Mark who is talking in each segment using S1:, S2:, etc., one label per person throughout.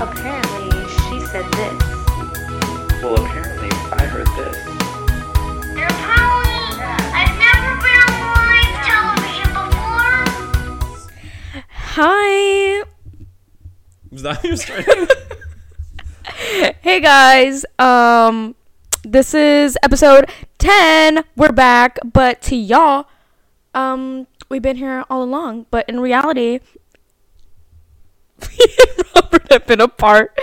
S1: Apparently, she said this.
S2: Well, apparently, I heard this.
S3: They're Polly. I've never been on live television before.
S4: Hi.
S5: Was that you starting?
S4: Hey guys. Um this is episode 10. We're back, but to y'all um we've been here all along, but in reality me and Robert have been apart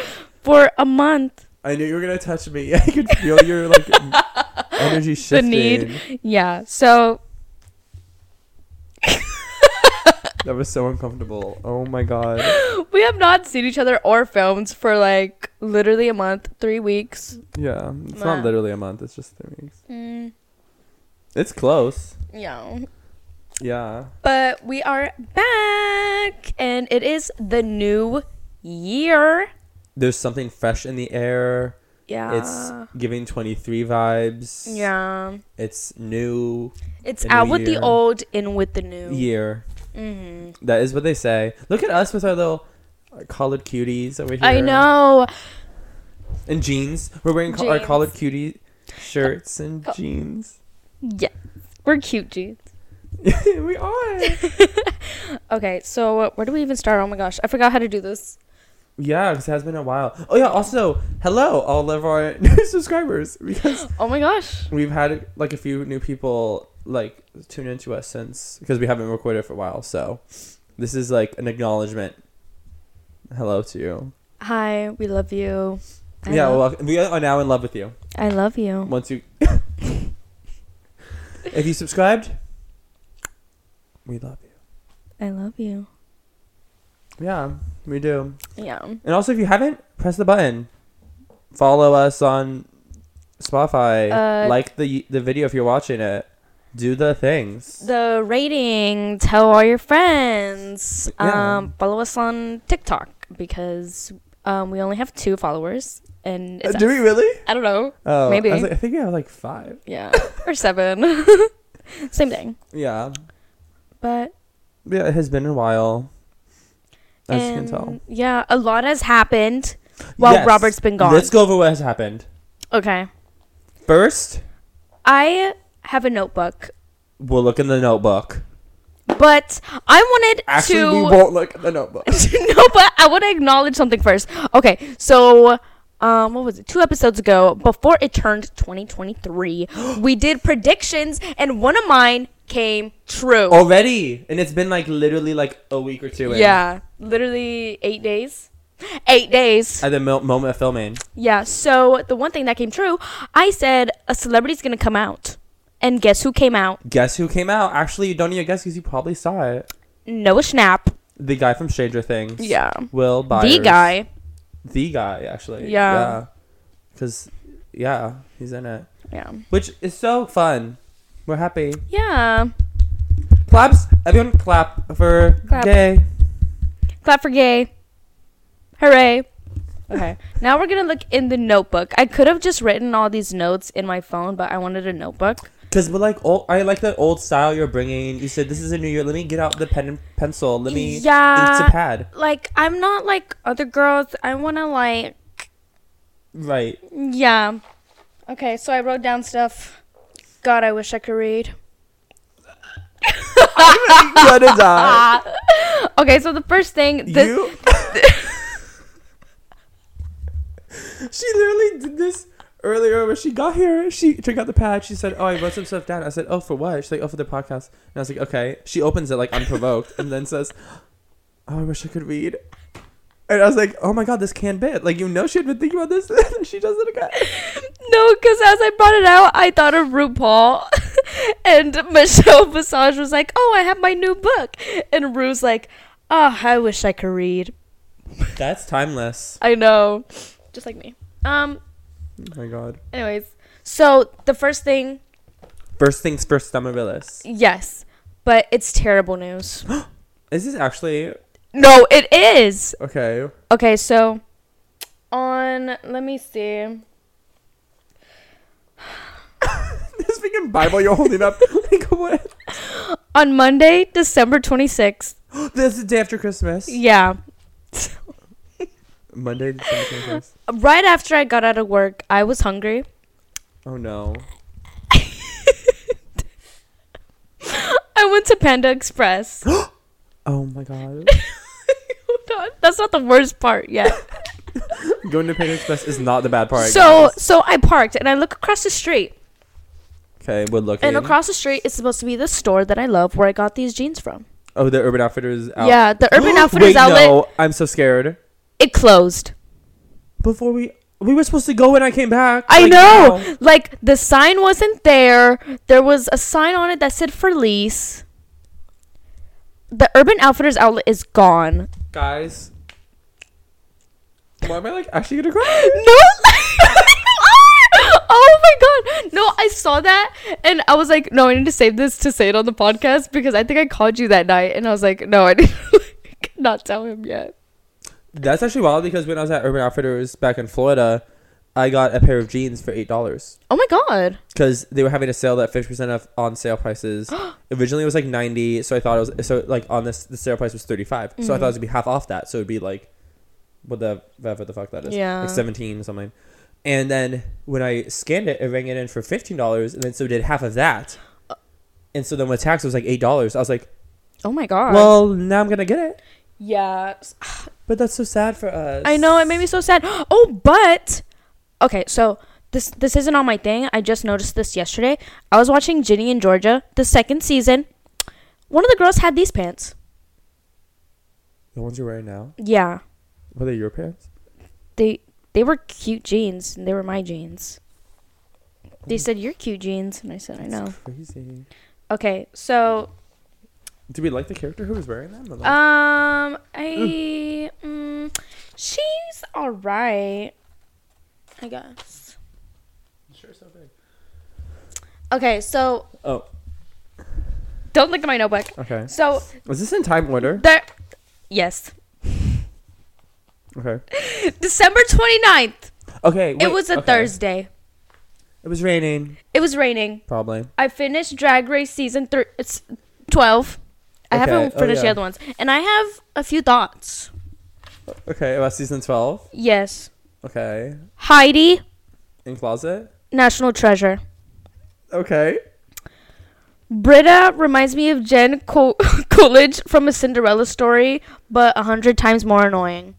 S4: for a month.
S5: I knew you were gonna touch me. I could feel your like m- energy
S4: The
S5: shifting.
S4: need. Yeah. So
S5: That was so uncomfortable. Oh my god.
S4: we have not seen each other or filmed for like literally a month, 3 weeks.
S5: Yeah, it's
S4: Wow.
S5: not literally a month. It's just three weeks. It's close.
S4: Yeah.
S5: Yeah.
S4: But we are back, and it is the new year.
S5: There's something fresh in the air.
S4: Yeah.
S5: It's giving 23 vibes.
S4: Ah. yeah.
S5: It's new
S4: It's
S5: a new
S4: out with
S5: year.
S4: the old, in with the new.
S5: year.
S4: Mhm.
S5: That is what they say. Look at us with our little uh, collared cuties over here.
S4: I know.
S5: And jeans. We're wearing co- our
S4: Jeans.
S5: collared cutie shirts and
S4: Co-
S5: jeans.
S4: Yeah, we're cute, dudes.
S5: we are.
S4: Okay, so uh, where do we even start? Oh my gosh, I forgot how to do this.
S5: Yeah, 'cause it has been a while. Oh yeah, also, hello all of our new subscribers because
S4: Oh my gosh.
S5: we've had like a few new people like tune into us since because we haven't recorded for a while. So this is like an acknowledgement. Hello to you.
S4: Hi, we love you. I
S5: yeah,
S4: love,
S5: well, we are now in love with you.
S4: I love you.
S5: Once you, if you subscribed, we love you.
S4: I love you.
S5: Yeah, we do.
S4: Yeah.
S5: And also, if you haven't, press the button. Follow us on Spotify.
S4: Uh,
S5: like the the video if you're watching it. Do the things.
S4: The rating, tell all your friends.
S5: Yeah.
S4: Um, follow us on TikTok because um, we only have two followers, and
S5: Uh,
S4: it's
S5: do we really?
S4: I don't know,
S5: Oh,
S4: Maybe.
S5: I, was like- I think we have like five.
S4: yeah, or seven, same thing.
S5: Yeah,
S4: But
S5: yeah. It has been a while. As you can
S4: and,
S5: tell.
S4: yeah, a lot has happened while
S5: Yes.
S4: Robert's been gone.
S5: Let's go over what has happened.
S4: Okay,
S5: First,
S4: I have a notebook,
S5: we'll look in the notebook.
S4: but I wanted
S5: Actually,
S4: to.
S5: we won't look in the notebook.
S4: no, but I want to acknowledge something first. Okay, so um, what was it? Two episodes ago, before it turned 2023, we did predictions, and one of mine came true.
S5: Already, and it's been like literally like a week or two. In
S4: yeah, literally eight days. Eight days.
S5: At the mo- moment of filming,
S4: Yeah. So the one thing that came true, I said a celebrity's gonna come out, and guess who came out?
S5: guess who came out? Actually, you don't need to guess because you probably saw it.
S4: Noah Schnapp.
S5: The guy from Stranger Things.
S4: Yeah.
S5: Will Byers.
S4: The guy.
S5: The guy, actually.
S4: Yeah.
S5: Because, yeah, he's in it.
S4: Yeah.
S5: Which is so fun. We're happy.
S4: Yeah.
S5: Claps. Everyone clap for
S4: Clap.
S5: gay.
S4: Clap for gay. Hooray. Okay. now we're going to look in the notebook. I could have just written all these notes in my phone, but I wanted a notebook.
S5: Because we're like, old, I like that old style you're bringing. You said, this is a new year. Let me get out the pen and pencil. Let me
S4: Yeah.
S5: ink to pad.
S4: Like, I'm not like other girls. I want to, like,
S5: Right.
S4: yeah. Okay, so I wrote down stuff. God, I wish I could read.
S5: Gonna die.
S4: Ah. Okay, so the first thing. This,
S5: you. she literally did this earlier when she got here. She took out the pad. She said, "Oh, I wrote some stuff down." I said, "Oh, for what?" She's like, "Oh, for the podcast." And I was like, "Okay." She opens it like unprovoked and then says, "Oh, I wish I could read." And I was like, "Oh my god, this can bit." Like you know, she had been thinking about this, and she does it again.
S4: No, because as I brought it out, I thought of RuPaul. and Michelle Visage was like, oh, I have my new book. And Rue's like, oh, I wish I could read.
S5: That's timeless.
S4: I know. Just like me. Um,
S5: Oh my god.
S4: anyways. So the first thing,
S5: First things first, Summervillis.
S4: yes, but it's terrible news.
S5: This is actually
S4: no, it is.
S5: okay.
S4: Okay, so on let me see.
S5: this freaking Bible you're holding up. like what?
S4: On Monday, December twenty sixth.
S5: This is the day after Christmas.
S4: Yeah.
S5: Monday, December 21st.
S4: Right after I got out of work, I was hungry.
S5: Oh no.
S4: I went to Panda Express.
S5: Oh my god.
S4: Hold on, That's not the worst part yet.
S5: Going to Panda Express is not the bad part.
S4: so,
S5: guys.
S4: so I parked and I look across the street.
S5: okay, we're looking.
S4: And across the street is supposed to be the store that I love where I got these jeans from.
S5: oh, the Urban Outfitters. Out-
S4: Yeah, the Urban Outfitters
S5: Wait,
S4: outlet
S5: No, I'm so scared.
S4: it closed.
S5: Before we we were supposed to go when I came back.
S4: I
S5: Like,
S4: know.
S5: now.
S4: Like the sign wasn't there. There was a sign on it that said for lease. The Urban Outfitters outlet is gone.
S5: Guys. Why am I like actually gonna cry?
S4: No. oh my god. No, I saw that and I was like, no, I need to save this to say it on the podcast because I think I called you that night and I was like, no, I need to like, not tell him yet.
S5: That's actually wild because when I was at Urban Outfitters back in Florida, I got a pair of jeans for eight dollars
S4: Oh my god.
S5: because they were having a sale at fifty percent off on sale prices. Originally, it was like ninety, so I thought it was so like on this the sale price was thirty so I thought it
S4: Mm-hmm.
S5: would be half off that, so it'd be like what the whatever the fuck that is,
S4: Yeah.
S5: like seventeen or something. And then when I scanned it, it rang it in for fifteen dollars, and then so did half of that.
S4: Uh.
S5: And so then when tax was like eight dollars, I was like,
S4: Oh my god.
S5: well, now I'm gonna get it.
S4: yeah.
S5: But that's so sad for us.
S4: I know it made me so sad. Oh, but okay, so this this isn't on my thing. I just noticed this yesterday. I was watching Ginny and Georgia, the second season. One of the girls had these pants.
S5: the ones you're wearing now.
S4: Yeah,
S5: Were they your parents?
S4: they they were cute jeans. and They were my jeans. They said you're cute jeans, and I said I know.
S5: Crazy.
S4: Okay, so
S5: Do we like the character who was wearing them? Or like-
S4: um, I mm, she's all right, I guess.
S5: sure, so big.
S4: Okay, so
S5: Oh,
S4: don't look at my notebook.
S5: okay.
S4: So
S5: Was this in time order?
S4: There, yes.
S5: Okay.
S4: December 29th.
S5: Okay. wait,
S4: it was a
S5: okay.
S4: Thursday.
S5: It was raining.
S4: It was raining.
S5: Probably.
S4: I finished Drag Race season three. It's 12. I
S5: Okay,
S4: haven't
S5: oh,
S4: finished the
S5: yeah.
S4: other ones. And I have a few thoughts.
S5: Okay. About season twelve.
S4: Yes.
S5: Okay.
S4: Heidi,
S5: In closet.
S4: National Treasure.
S5: Okay.
S4: Britta reminds me of Jen Cool Coolidge from a Cinderella story, but a hundred times more annoying.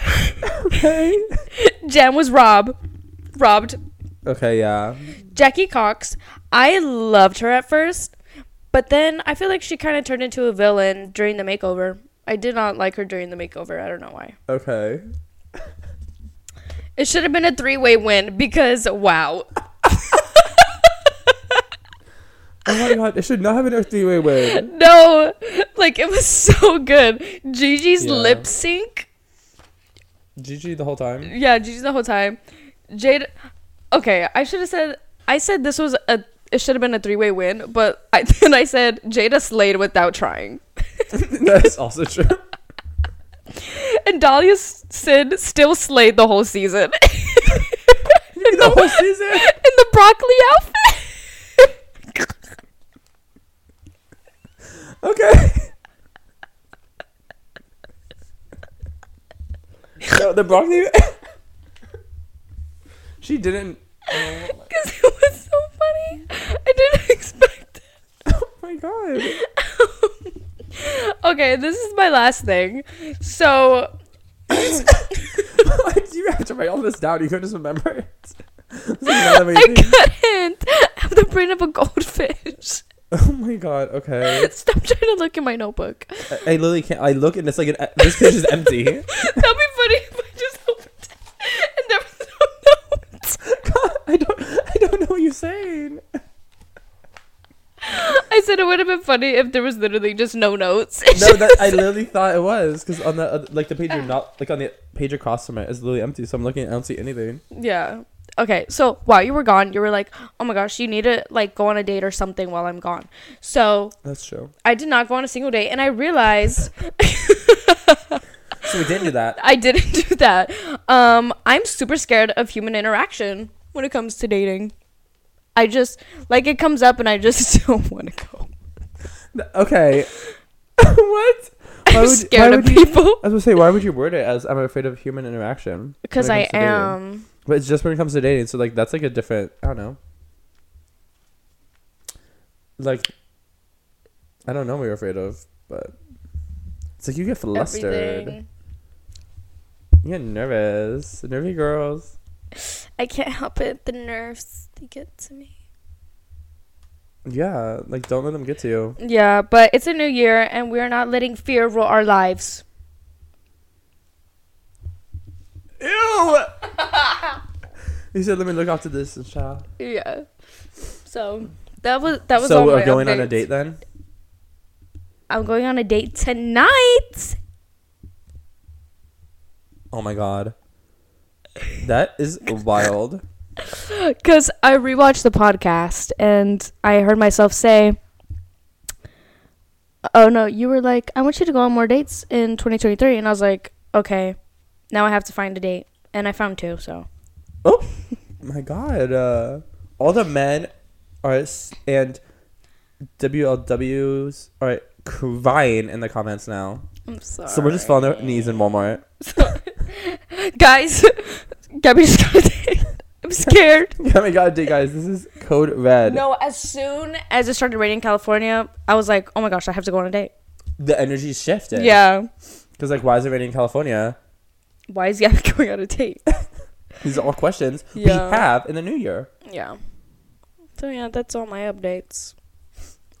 S5: Okay.
S4: Jen was robbed. Robbed.
S5: okay. Yeah.
S4: Jackie Cox, I loved her at first, but then I feel like she kind of turned into a villain during the makeover. I did not like her during the makeover. I don't know why.
S5: Okay.
S4: It should have been a three way win because wow.
S5: Oh my god! It should not have been a three-way win.
S4: No, like it was so good. Gigi's
S5: Yeah.
S4: lip sync.
S5: Gigi the whole time.
S4: Yeah, Gigi's the whole time. Jade. Okay, I should have said. I said this was a. It should have been a three way win, but I, then I said Jada slayed without trying.
S5: That's also true.
S4: And Dahlia S- Sid still slayed the whole season. in
S5: The whole season?
S4: In the broccoli outfit.
S5: Okay. no, the broccoli. she didn't. Oh my-
S4: Because it was so funny. I didn't expect
S5: oh my god.
S4: it. okay, this is my last thing. So,
S5: Why do you have to write all this down? You couldn't just remember it. This is not
S4: I
S5: amazing.
S4: couldn't. I have the brain of a goldfish.
S5: oh my god. Okay.
S4: Stop trying to look in my notebook.
S5: I, I literally can't. I look and it's like an, uh, this page is empty.
S4: That'd be funny if I just opened it and there was no notes.
S5: God, I don't. I don't know what you're saying.
S4: I said it would have been funny if there was literally just no notes. It's
S5: No, that I
S4: just-
S5: literally thought it was because on the uh, like the page you're not like on the page across from it is literally empty. So I'm looking. I don't see anything.
S4: yeah. Okay, so while you were gone, you were like, "Oh my gosh, you need to like go on a date or something while I'm gone." So
S5: That's true.
S4: I did not go on a single date, and I realized
S5: So we didn't do that.
S4: I didn't do that. Um, I'm super scared of human interaction when it comes to dating. I just like it comes up, and I just don't want to go.
S5: Th- Okay. what? Why why
S4: I'm
S5: would-
S4: scared
S5: why
S4: of
S5: would you-
S4: people
S5: I was gonna say, why would you word it as I'm afraid of human interaction?
S4: because
S5: when
S4: I
S5: it comes to dating?
S4: am.
S5: But it's just when it comes to dating, so like that's like a different. I don't know. Like, I don't know what you're afraid of, but it's like you get flustered,
S4: Everything.
S5: you get nervous, nervy girls.
S4: I can't help it. The nerves they get to me.
S5: Yeah, like don't let them get to you.
S4: Yeah, but it's a new year and we're not letting fear rule our lives.
S5: Ew. you said, "Let me look off to this and child."
S4: Yeah. So that was that was.
S5: so
S4: all
S5: we're
S4: my
S5: going on a
S4: updates.
S5: date then.
S4: I'm going on a date tonight.
S5: Oh my god, that is wild.
S4: Because I rewatched the podcast and I heard myself say, Oh no, you were like, I want you to go on more dates in 2023. And I was like, Okay, now I have to find a date. And I found two, so.
S5: Oh my god. Uh, all the men are s- and WLWs are crying in the comments now.
S4: I'm sorry.
S5: Someone just fell on their knees in Walmart.
S4: Guys, Gabby just got a date. I'm scared.
S5: oh my god, dude, guys, this is code red.
S4: no, as soon as it started raining in California, I was like, Oh my gosh, I have to go on a date.
S5: The energy shifted.
S4: Yeah.
S5: Because, like, why is it raining in California?
S4: Why is Gabby going on a date?
S5: These are all questions
S4: Yeah.
S5: we have in the new year.
S4: yeah. So yeah, that's all my updates.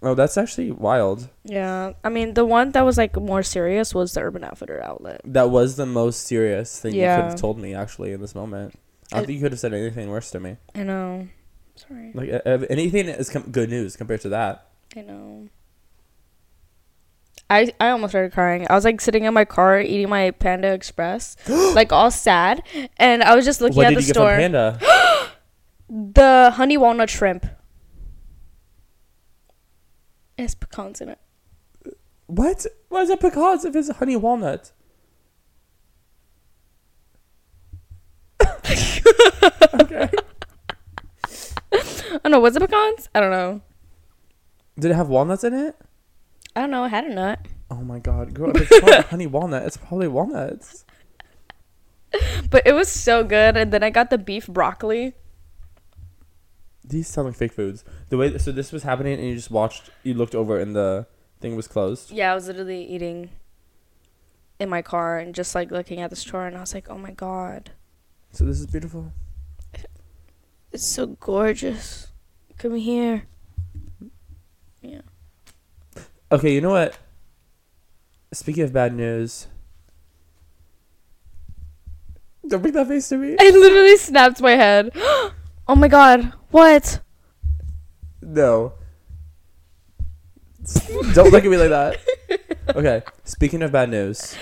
S5: Oh, that's actually wild.
S4: Yeah, I mean the one that was like more serious was the Urban Outfitter outlet.
S5: That was the most serious thing you
S4: Yeah.
S5: could have told me, actually, in this moment. I don't
S4: It-
S5: think you could have said anything worse to me.
S4: I know. Sorry.
S5: Like, uh, uh, anything is com- good news compared to that.
S4: I know. I I almost started crying. I was like sitting in my car eating my Panda Express, like all sad, and I was just looking
S5: what
S4: at
S5: did
S4: the
S5: you get from
S4: store.
S5: Panda?
S4: The honey walnut shrimp. It's pecans in it.
S5: What? Why is it pecans if it's honey walnut? okay.
S4: Oh no, was it pecans? I don't know.
S5: Did it have walnuts in it?
S4: I don't know. I had a nut.
S5: Oh my god, girl! If it's called honey walnut, it's probably walnuts.
S4: But it was so good. And then I got the beef broccoli.
S5: These sound like fake foods. The way so this was happening, and you just watched, you looked over, and the thing was closed.
S4: Yeah, I was literally eating in my car and just like looking at the store, and I was like, oh my god,
S5: So this is beautiful.
S4: it's so gorgeous. Come here. Yeah.
S5: Okay, you know what? Speaking of bad news, don't bring that face to me.
S4: I literally snapped my head. oh my god, what?
S5: No. Don't look at me like that. Okay. Speaking of bad news,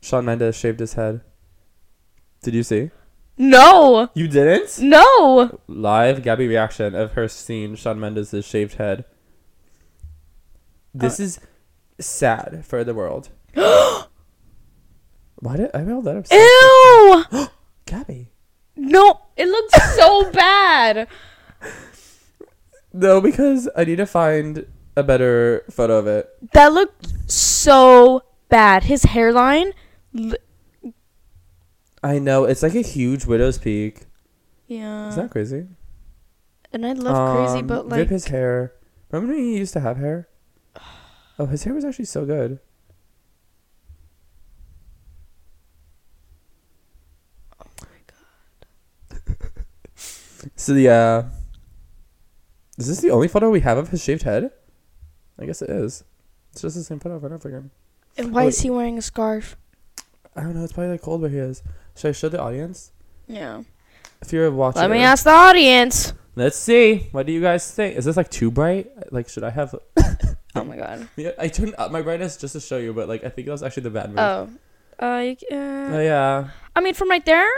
S5: Sean Mendes shaved his head. Did you see?
S4: No,
S5: You didn't?
S4: no.
S5: Live Gabby reaction of her seeing Sean Mendes' shaved head. This is sad for the world. Why did I held that up? so-
S4: Ew.
S5: Gabby.
S4: No, it looks so bad.
S5: No, because I need to find a better photo of it.
S4: That looked so bad. His hairline. l-
S5: I know. It's like a huge widow's peak.
S4: Yeah.
S5: Is that crazy?
S4: and I love crazy,
S5: Um,
S4: but
S5: rip
S4: like.
S5: his hair. Remember when he used to have hair? Oh, his hair was actually so good. So yeah, is this the only photo we have of his shaved head? I guess it is. It's just the same photo over and over again.
S4: and why
S5: oh,
S4: is he wearing a scarf?
S5: I don't know. It's probably like cold where he is. Should I show the audience?
S4: Yeah.
S5: If you're watching,
S4: Let me ask the audience.
S5: Let's see. What do you guys think? Is this like too bright? Like, should I have
S4: Oh my god.
S5: Yeah, I turned up my brightness just to show you, but like I think that was actually the bad move.
S4: Oh. Uh, you c-
S5: Oh,
S4: uh,
S5: yeah,
S4: I mean, from right there,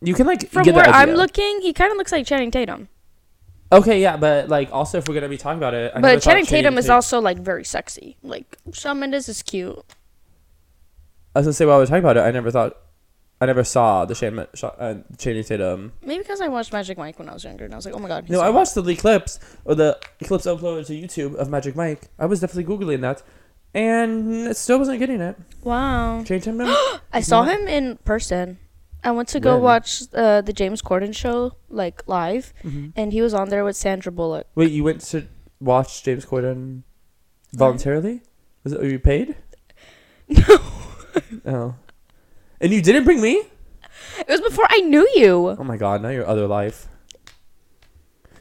S5: you can like
S4: from
S5: get
S4: where
S5: the
S4: I'm
S5: idea.
S4: looking, he kind of looks like Channing Tatum.
S5: Okay, yeah, but like also if we're gonna be talking about it, I never
S4: but
S5: thought
S4: Channing Tatum is also like very sexy. Like Shawn Mendes is cute.
S5: I was gonna say while we were talking about it, I never thought, I never saw the Shane, uh, Channing Tatum.
S4: Maybe because I watched Magic Mike when I was younger, and I was like, oh my god. he's
S5: No,
S4: so
S5: I
S4: hot.
S5: watched the clips or the clips uploaded to YouTube of Magic Mike. I was definitely googling that, and still wasn't getting it.
S4: Wow.
S5: Change him.
S4: I saw him in person. I went to go
S5: When?
S4: watch uh, the James Corden show like live, and he was on there with Sandra Bullock.
S5: Wait, you went to watch James Corden voluntarily? Was it? Were you paid?
S4: No,
S5: Oh. And you didn't bring me?
S4: it was before I knew you.
S5: Oh my god, now your other life.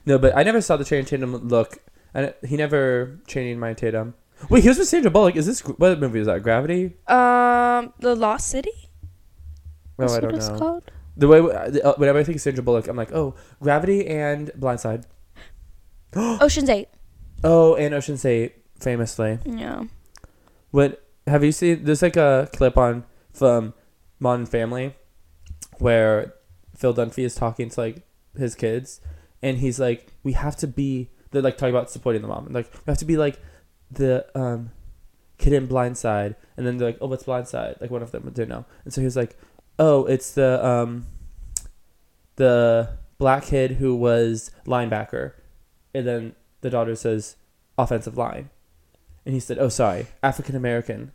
S5: No, but I never saw the Channing Tatum look. And he never changed my Tatum. Wait, he was with Sandra Bullock. Is this what movie is that? Gravity?
S4: Um, The Lost City.
S5: No,
S4: That's
S5: I
S4: what
S5: don't
S4: it's
S5: know.
S4: called.
S5: The way uh, whenever I think of Sandra Bullock, I'm like, oh, Gravity and Blindside.
S4: Ocean's Eight.
S5: Oh, and Ocean's Eight, famously.
S4: Yeah.
S5: What have you seen? There's like a clip on from Modern Family where Phil Dunphy is talking to like his kids, and he's like, "We have to be." They're like talking about supporting the mom, and like we have to be like the um kid in Blindside, and then they're like, "Oh, what's Blindside?" Like one of them didn't know, and so he was like, "Oh, it's the um the black kid who was linebacker," and then the daughter says, "Offensive line." And he said, "Oh, sorry, African American,"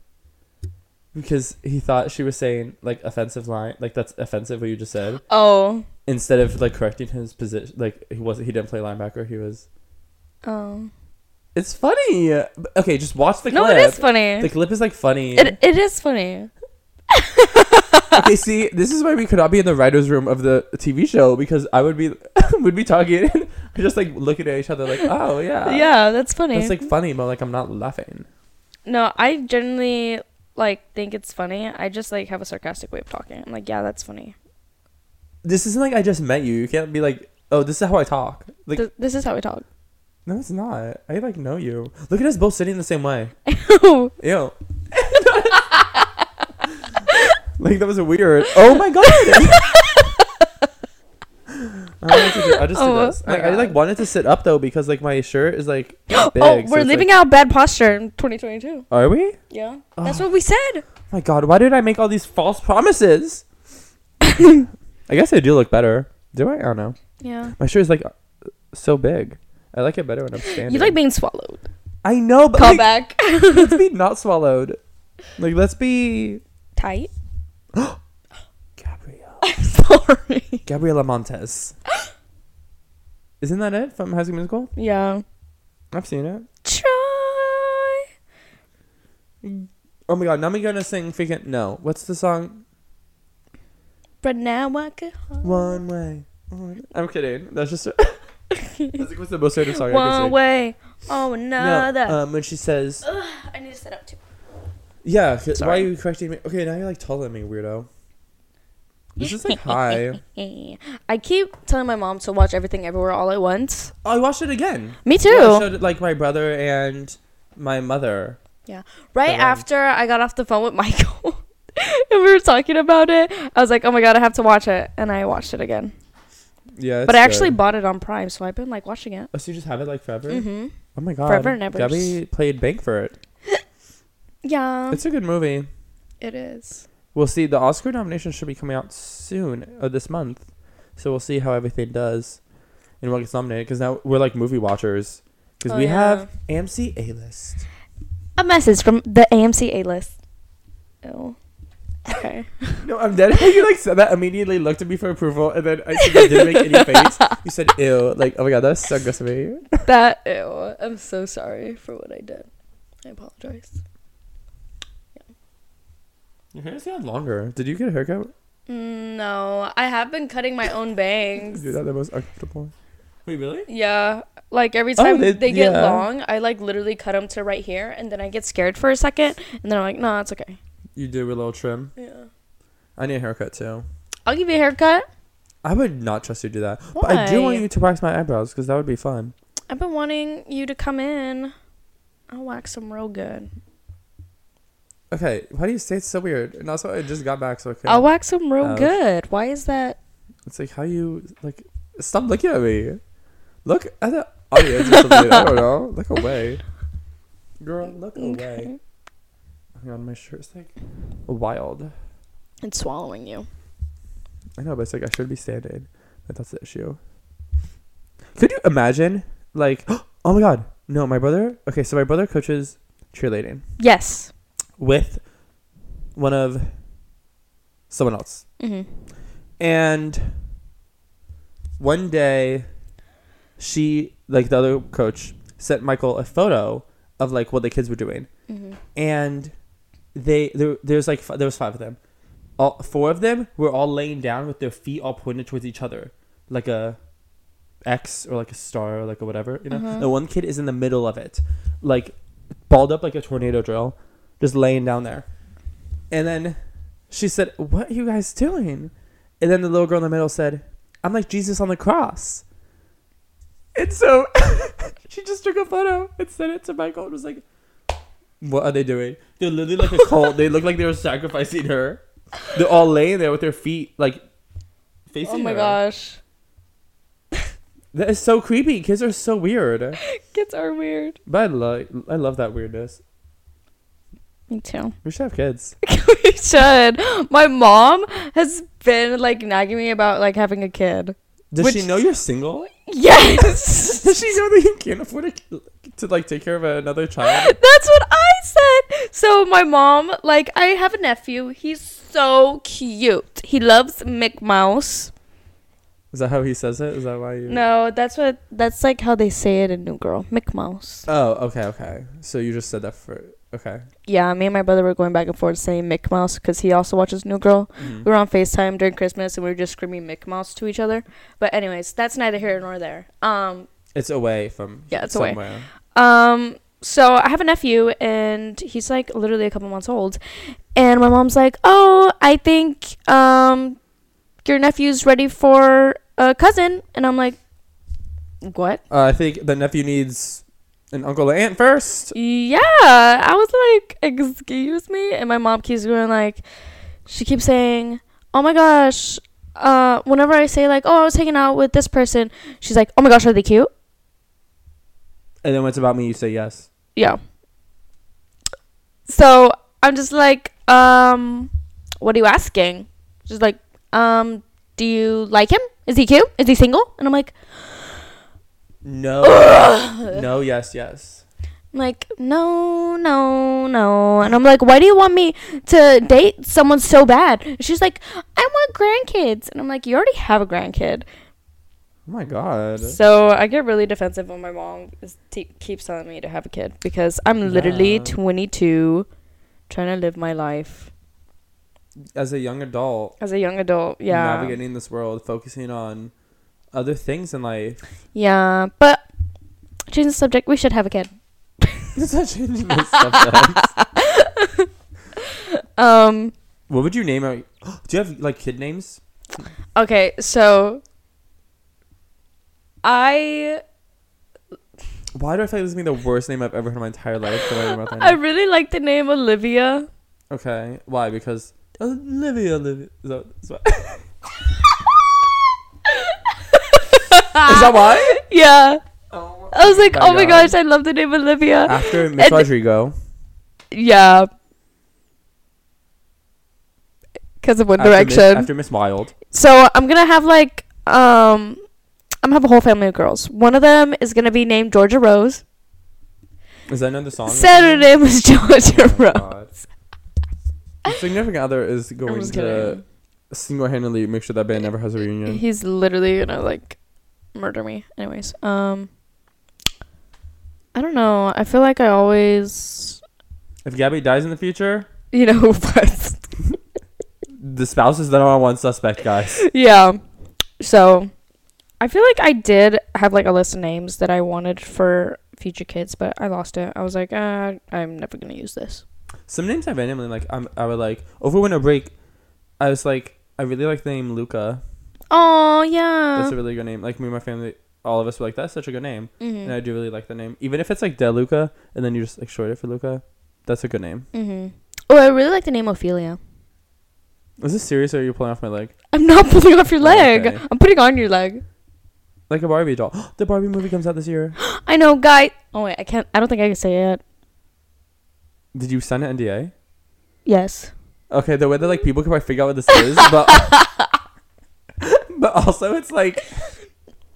S5: because he thought she was saying like offensive line, like that's offensive what you just said.
S4: Oh.
S5: Instead of like correcting his position, like he wasn't, he didn't play linebacker. He was.
S4: Oh.
S5: It's funny. Okay, just watch the clip.
S4: No, it is funny.
S5: The clip is like funny.
S4: It it is funny.
S5: okay, see, this is why we could not be in the writers' room of the TV show because I would be, would be talking, and just like looking at each other, like, oh yeah,
S4: yeah, that's funny.
S5: That's like funny, but like I'm not laughing.
S4: no, I generally like think it's funny. I just like have a sarcastic way of talking. I'm like, yeah, that's funny.
S5: This isn't like I just met you. You can't be like, oh, this is how I talk. Like,
S4: Th- this is how we talk.
S5: No, it's not. I like know you. Look at us both sitting the same way.
S4: Oh,
S5: Ew. like that was weird. Oh my god. I, don't know what to do. I just
S4: Oh
S5: did this.
S4: my
S5: I, I, like
S4: God.
S5: wanted to sit up though because like my shirt is like big.
S4: oh,
S5: so
S4: we're
S5: it's,
S4: leaving
S5: like-
S4: out bad posture in 2022.
S5: Are we? Oh
S4: Yeah,
S5: Ah.
S4: that's what we said.
S5: My god, why did I make all these false promises? I guess I do look better. Do I? I don't know.
S4: Yeah,
S5: My shirt is like so big. I like it better when I'm standing.
S4: you like being swallowed.
S5: I know, but
S4: Call
S5: like,
S4: back.
S5: let's be not swallowed. Like let's be
S4: Tight.
S5: Gabrielle.
S4: Sorry.
S5: Gabriela Montez. Isn't that it from High School Musical?
S4: Yeah.
S5: I've seen it.
S4: Try.
S5: Oh my god, now I'm gonna sing freaking no. What's the song?
S4: But now I could.
S5: One way. One- I'm kidding. That's just That's like what's the most random song I can
S4: One
S5: sing.
S4: way. Oh,
S5: No,
S4: another.
S5: um, when she says,
S4: I need to sit up too.
S5: "Yeah, 'cause why are
S4: Sorry.
S5: you correcting me?" Okay, now you're like taller than me, weirdo. This is like high.
S4: I keep telling my mom to watch everything everywhere all at once.
S5: Oh, I watched it again.
S4: Me too.
S5: Yeah, I showed it like my brother and my mother.
S4: Yeah. Right
S5: But, um,
S4: after I got off the phone with Michael and we were talking about it, I was like, oh my God, I have to watch it. And I watched it again.
S5: Yeah, it's
S4: but I actually
S5: good.
S4: bought it on Prime, so I've been like watching it.
S5: Oh, so you just have it like forever?
S4: Mm-hmm.
S5: Oh my god.
S4: Forever and ever.
S5: Gabby played bank for it.
S4: Yeah.
S5: It's a good movie.
S4: it is.
S5: We'll see. The Oscar nominations should be coming out soon, uh, this month. So we'll see how everything does and what gets nominated. Because now we're like movie watchers. Because
S4: Oh,
S5: we
S4: yeah.
S5: have AMC A list.
S4: A message from the AMC A list. Oh. Okay.
S5: No, I'm dead. you like said that immediately looked at me for approval, and then I, think I didn't make any face. You said ew. Like, oh my god, that was so gross of me.
S4: that, ew. I'm so sorry for what I did. I apologize.
S5: Your hair's got longer. Did you get a haircut?
S4: No, I have been cutting my own bangs.
S5: Dude, that the most uncomfortable. Wait, really?
S4: Yeah, like every
S5: Oh,
S4: time
S5: they-
S4: they, get
S5: yeah.
S4: long, I like literally cut them to right here, and then I get scared for a second, and then I'm like, no, it's okay.
S5: You do a little trim.
S4: Yeah,
S5: I need a haircut too.
S4: I'll give you a haircut.
S5: I would not trust you to do that. But I do want
S4: Why?
S5: you to wax my eyebrows because that would be fun.
S4: I've been wanting you to come in. I'll wax them real good.
S5: Okay, why do you say it's so weird? And also, I just got back, so okay.
S4: I'll wax them real
S5: Ouch.
S4: good. Why is that?
S5: it's like how you like. Stop looking at me. Look at the audience. Or something. I don't know. Look away, girl. Look away.
S4: Okay.
S5: Hang on, my shirt's like wild.
S4: It's swallowing you.
S5: I know, but it's like I should be standing. But that's the issue. Could you imagine? Like, oh my god, no, my brother. Okay, so my brother coaches cheerleading
S4: Yes.
S5: with one of someone else.
S4: Mm-hmm.
S5: And one day, she, like the other coach, sent Michael a photo of like what the kids were doing.
S4: Mm-hmm.
S5: And they, there, there's like, f- there was five of them. All, four of them were all laying down with their feet all pointed towards each other, like a X or like a star or like a whatever, you know?
S4: Uh-huh.
S5: The one kid is in the middle of it, like balled up like a tornado drill, just laying down there. And then she said, What are you guys doing? And then the little girl in the middle said, I'm like Jesus on the cross. And so she just took a photo and sent it to Michael and was like, What are they doing? They're literally like a cult. they look like they were sacrificing her. They're all laying there with their feet like facing
S4: Oh my
S5: her.
S4: gosh.
S5: That is so creepy. Kids are so weird.
S4: Kids are weird.
S5: But I, lo- I love that weirdness.
S4: Me too.
S5: We should have kids.
S4: we should. My mom has been like nagging me about like having a kid.
S5: Does
S4: Which-
S5: she know you're single?
S4: Yes.
S5: Does she know that you can't afford to, to like take care of another child?
S4: That's what I said. So my mom, like, I have a nephew. He's so cute. He loves Mick Mouse.
S5: Is that how he says it? Is that why you?
S4: No, that's what. That's like how they say it in New Girl. Mick Mouse.
S5: Oh, okay, okay. So you just said that for okay.
S4: Yeah, me and my brother were going back and forth saying Mick Mouse because he also watches New Girl. We were on FaceTime during Christmas and we were just screaming Mick Mouse to each other. But anyways, that's neither here nor there. Um,
S5: It's away from
S4: Yeah, it's away.
S5: somewhere. away.
S4: Um, so I have a nephew, and he's like literally a couple months old, and my mom's like, "Oh, I think um, your nephew's ready for a cousin," and I'm like, "What?"
S5: Uh, I think the nephew needs an uncle and aunt first.
S4: Yeah, I was like, "Excuse me," and my mom keeps going like, she keeps saying, "Oh my gosh." Uh, whenever I say like, "Oh, I was hanging out with this person," she's like, "Oh my gosh, are they cute?"
S5: And then when it's about me, you say yes.
S4: yeah. So I'm just like, um, what are you asking? She's like, um, do you like him? Is he cute? Is he single? And I'm like,
S5: No. no. Yes. Yes.
S4: I'm like, no, no, no. And I'm like, why do you want me to date someone so bad? And she's like, I want grandkids. And I'm like, you already have a grandkid.
S5: Oh my god.
S4: So I get really defensive when my mom is te- keeps telling me to have a kid because I'm literally
S5: Yeah.
S4: 22, trying to live my life.
S5: As a young adult,
S4: as a young adult yeah
S5: navigating this world, focusing on other things in life.
S4: yeah but change the subject we should have a kid
S5: It's not changing this subject.
S4: um
S5: What would you name out? Do you have like kid names?
S4: okay so i
S5: Why do I feel like this is gonna be the worst name I've ever heard in my entire life? the way I remember that
S4: i
S5: name?
S4: really like the name olivia
S5: okay, why? Because Olivia, Olivia. Is that, is that, is that why?
S4: yeah i was like
S5: my
S4: oh my
S5: God.
S4: gosh i love the name olivia
S5: After Miss
S4: And-
S5: Rodrigo,
S4: yeah because of one
S5: after Miss-
S4: direction
S5: after Miss Wild,
S4: So I'm gonna have like um I'm gonna have a whole family of girls. One of them is gonna be named Georgia Rose.
S5: is that another song?
S4: Saturday name is Georgia
S5: Oh my
S4: Rose.
S5: God. Your Significant other is going
S4: just
S5: to
S4: kidding.
S5: single-handedly make sure that band never has a reunion.
S4: He's literally gonna like murder me. Anyways, um I don't know. I feel like I always
S5: If Gabby dies in the future,
S4: you know what
S5: the spouse is the number one suspect, guys.
S4: Yeah. So I feel like I did have like a list of names that I wanted for future kids, but I lost it. I was like, uh, I'm never gonna use this.
S5: Some names I randomly like. I'm, I would like over winter break. I was like, I really like the name Luca.
S4: Oh yeah.
S5: That's a really good name. Like me and my family, all of us were like, that's such a good name.
S4: Mhm.
S5: And I do really like the name. Even if it's like Deluca and then you just like short it for Luca, that's a good name.
S4: hmm Oh, I really like the name Ophelia.
S5: Is this serious or are you pulling off my leg?
S4: I'm not pulling off your
S5: Oh,
S4: leg.
S5: okay.
S4: I'm putting on your leg.
S5: Like a Barbie doll. the Barbie movie comes out this year.
S4: I know, guy. Oh wait, I can't. I don't think I can say it.
S5: Did you sign an NDA?
S4: Yes.
S5: Okay, the way that like people can probably figure out what this is, but but also it's like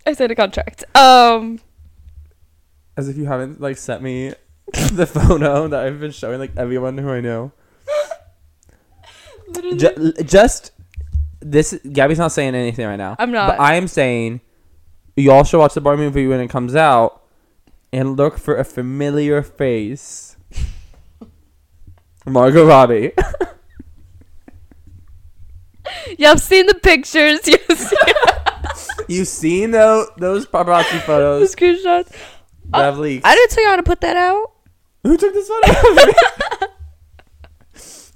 S4: I signed a contract. Um.
S5: as if you haven't like sent me the phono that I've been showing like everyone who I know.
S4: Literally.
S5: Ju- l- just this. Gabby's not saying anything right now.
S4: I'm not.
S5: But I am saying, y'all should watch the Barbie movie when it comes out, and look for a familiar face. Margot Robbie.
S4: you have seen the pictures. You've seen
S5: You've seen those those paparazzi
S4: the
S5: photos
S4: screenshots. Uh,
S5: that have leaked.
S4: I didn't tell you how to put that out.
S5: Who took this photo? of me?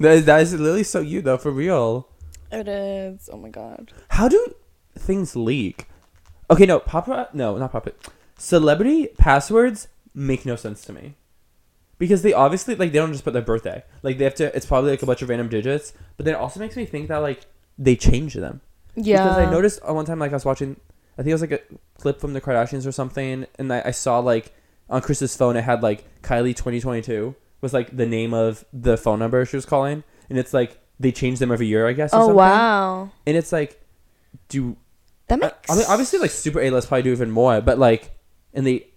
S5: that, is, that is literally so you though, for real.
S4: It is. Oh my god.
S5: How do things leak? Okay, no, papa, no, not papa. Celebrity passwords make no sense to me because they obviously like they don't just put their birthday. Like they have to. It's probably like a bunch of random digits. But then it also makes me think that like they change them.
S4: Yeah.
S5: Because I noticed uh, one time, like I was watching, I think it was like a clip from the Kardashians or something, and I, I saw like on Chris's phone it had like Kylie twenty twenty two was like the name of the phone number she was calling, and it's like they change them every year, I guess. Or
S4: Oh
S5: something.
S4: wow.
S5: And it's like, do
S4: That
S5: I,
S4: makes.
S5: I mean obviously like super A list probably do even more, but like, and they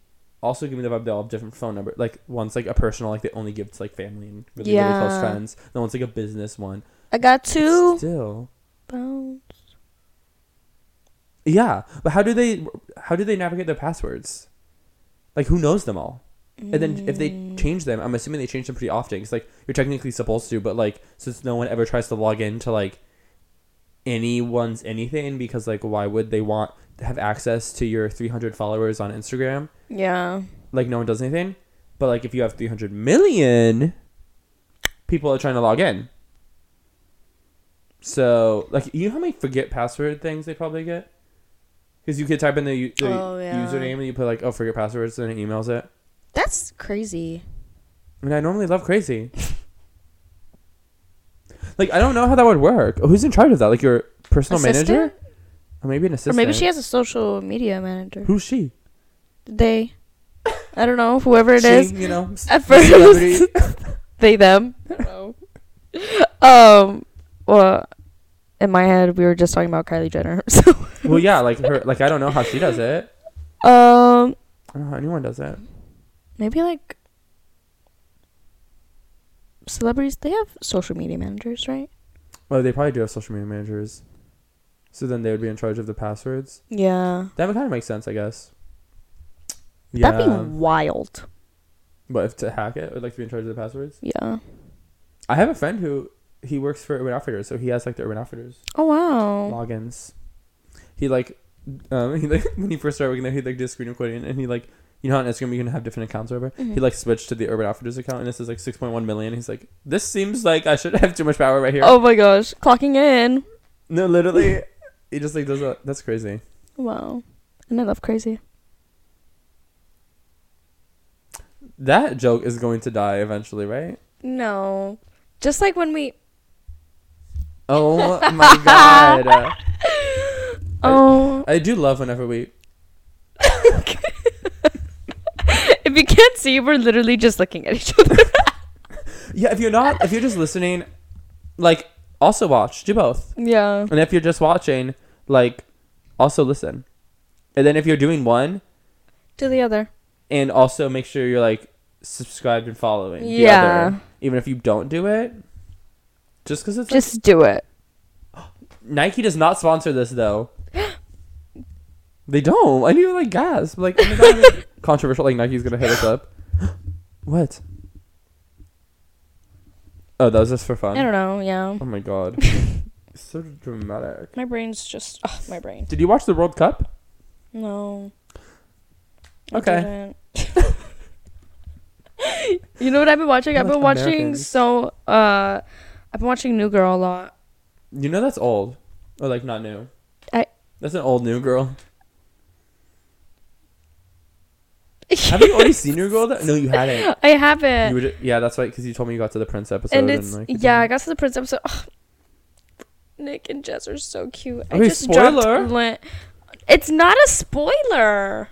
S5: also give me the vibe they all have different phone number. Like one's like a personal, like they only give to like family and really really close
S4: Yeah.
S5: friends. The one's like a business one.
S4: I got
S5: But
S4: two.
S5: Still.
S4: Boom.
S5: Yeah, but how do they how do they navigate their passwords? Like who knows them all? And then
S4: Mm.
S5: if they change them, I'm assuming they change them pretty often. It's like you're technically supposed to, but like since no one ever tries to log in to like anyone's anything, because like why would they want to have access to your 300 followers on Instagram?
S4: Yeah.
S5: Like no one does anything. But like if you have 300 million, people are trying to log in. So like you know how many forget password things they probably get? Because you could type in the, u- the
S4: Oh, yeah.
S5: username and you put like oh forget passwords and it emails it.
S4: That's crazy.
S5: I mean, I normally love crazy. like, I don't know how that would work. Who's in charge of that? Like your personal manager,
S4: Assistant?
S5: or maybe an
S4: Or
S5: assistant.
S4: maybe she has a social media manager.
S5: Who's she?
S4: They. I don't know. Whoever it
S5: she,
S4: is.
S5: you know.
S4: At
S5: celebrity.
S4: first, they them. I don't know. um. Well, in my head, we were just talking about Kylie Jenner. So.
S5: well, yeah. Like her. Like I don't know how she does it.
S4: Um.
S5: I don't know how anyone does it.
S4: Maybe like. Celebrities, they have social media managers, right?
S5: Well, Oh, they probably do have social media managers. So then they would be in charge of the passwords.
S4: Yeah.
S5: That would kind of make sense, I guess. Yeah.
S4: That'd be wild.
S5: What if to hack it? Or like to be in charge of the passwords?
S4: Yeah.
S5: I have a friend who he works for Urban Outfitters, so he has like the Urban Outfitters.
S4: Oh wow.
S5: logins. He like, um, he like when he first started working there, he like did screen recording, and he like, you know, how on Instagram you can have different accounts or whatever.
S4: Mm-hmm.
S5: He like switched to the Urban Outfitters account, and this is like six point one million. He's like, this seems like I should have too much power right here.
S4: Oh my gosh, clocking in.
S5: No, literally, he just like does that. That's crazy.
S4: Wow. And I love crazy.
S5: That joke is going to die eventually, right?
S4: No. Just like when we
S5: Oh my god.
S4: Oh
S5: I do love whenever we.
S4: if you can't see, we're literally just looking at each other.
S5: Yeah, if you're not, if you're just listening, like also watch, do both.
S4: yeah.
S5: And if you're just watching, like, also listen. And then if you're doing one,
S4: To the other.
S5: and also make sure you're like subscribed and following. The
S4: Yeah.
S5: other, even if you don't do it, just because it's
S4: Just do it.
S5: like, Nike does not sponsor this though. they don't. I need to like gasp. Like oh my God, controversial. Like Nike's gonna hit us up. what? Oh, that was just for fun.
S4: I don't know, yeah.
S5: Oh my god. so dramatic.
S4: My brain's just oh, my brain.
S5: Did you watch the World Cup?
S4: No. I
S5: Okay.
S4: didn't. you know what I've been watching? I've
S5: Like
S4: been watching
S5: Americans.
S4: so uh I've been watching New Girl a lot.
S5: You know that's old, or like not new.
S4: I-
S5: That's an old new girl. Have you already seen New Girl? Though? No, you hadn't.
S4: I haven't.
S5: You were ju- yeah, that's right. Because you told me you got to the Prince episode.
S4: Uh, and it's
S5: like,
S4: yeah, I got to the prince episode. Ugh. Nick and Jess are so cute. I
S5: Okay,
S4: just dropped
S5: spoiler.
S4: Lin- It's not a spoiler.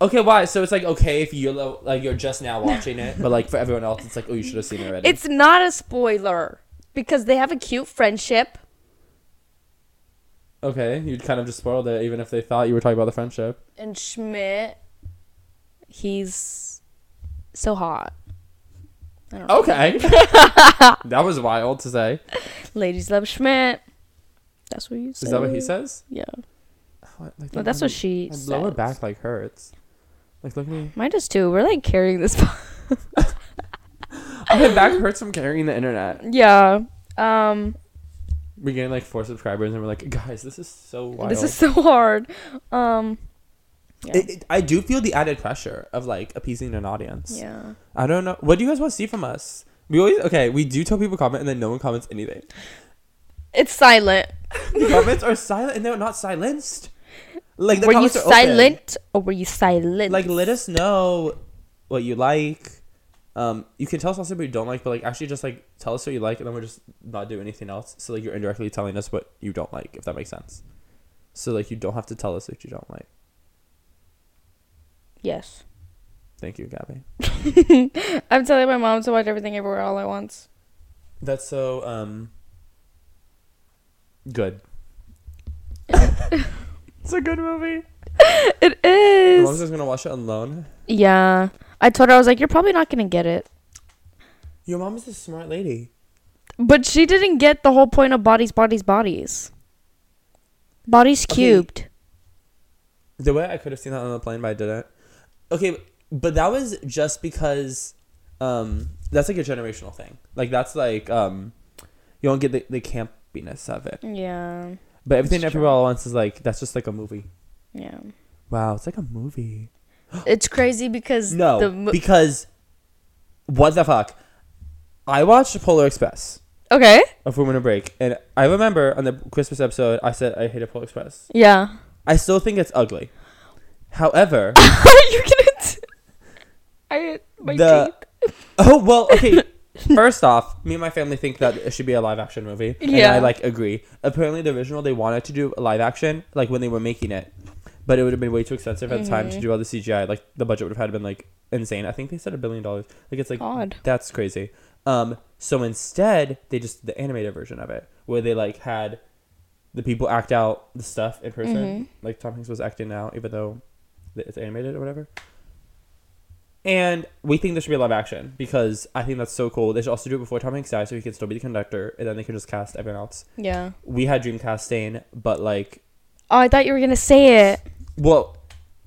S5: Okay, why? So it's like okay if you're lo- like you're just now watching it, but like for everyone else, it's like oh you should have seen it already.
S4: It's not a spoiler because they have a cute friendship.
S5: okay. You kind of just spoiled it, even if they thought you were talking about the friendship.
S4: And Schmidt, he's so hot. I don't know.
S5: Okay. that was wild to say.
S4: Ladies love Schmidt. That's what you said.
S5: Is that what he says?
S4: Yeah.
S5: Oh, like,
S4: No, that's what
S5: my-
S4: she
S5: My lower
S4: says.
S5: back like hurts. Like look at me.
S4: Mine does too. We're like carrying this. po-
S5: My back hurts from carrying the internet.
S4: yeah. Um.
S5: We gained like four subscribers and we're like, guys, this is so wild.
S4: This is so hard. Um. Yeah.
S5: It, it, I do feel the added pressure of like appeasing an audience.
S4: yeah.
S5: I don't know. What do you guys want to see from us? We always okay. We do tell people comment, and then no one comments anything.
S4: It's silent.
S5: The comments are silent, and they're not silenced. Like the
S4: were you
S5: comments are open.
S4: silent or were you silent?
S5: Like let us know what you like. Um, you can tell us also what you don't like, but like actually just like tell us what you like, and then we're just not do anything else. So like you're indirectly telling us what you don't like, if that makes sense. So like you don't have to tell us what you don't like.
S4: yes.
S5: Thank you, Gabby.
S4: I'm telling my mom to watch everything everywhere all at once.
S5: That's so um good. it's a good movie.
S4: It
S5: My mom's
S4: is.
S5: just gonna watch it alone.
S4: Yeah. I told her I was like, you're probably not gonna get it,
S5: Your mom is a smart lady.
S4: but she didn't get the whole point of bodies, bodies, bodies. Bodies
S5: Okay.
S4: cubed.
S5: The way I could have seen that on the plane, but I didn't. Okay, but that was just because um that's like a generational thing. Like that's like um you don't get the, the campiness of it.
S4: Yeah.
S5: But everything
S4: That's
S5: everywhere all at once is like that's just like a movie.
S4: Yeah.
S5: Wow, it's like a movie.
S4: It's crazy because
S5: No,
S4: the mo-
S5: because what the fuck? I watched Polar Express
S4: Okay.
S5: of Women on Break, and I remember on the Christmas episode I said I hated Polar Express.
S4: Yeah.
S5: I still think it's ugly. However,
S4: you gonna t- I my
S5: The-
S4: teeth.
S5: oh well, okay. First off, me and my family think that it should be a live action movie, and
S4: Yeah.
S5: I like agree. Apparently, the original they wanted to do a live action, like when they were making it, but it would have been way too expensive at the time to do all the CGI. Like the budget would have had been like insane. I think they said a billion dollars. Like it's like
S4: God.
S5: that's crazy. Um, so instead, they just did the animated version of it, where they like had the people act out the stuff in person, like Tom Hanks was acting out, even though th- it's animated or whatever. And we think there should be a live action because I think that's so cool. They should also do it before Tom Hanks dies, so he can still be the conductor, and then they can just cast everyone else.
S4: Yeah.
S5: We had dream casting, but like,
S4: Oh, I thought you were gonna say it.
S5: well,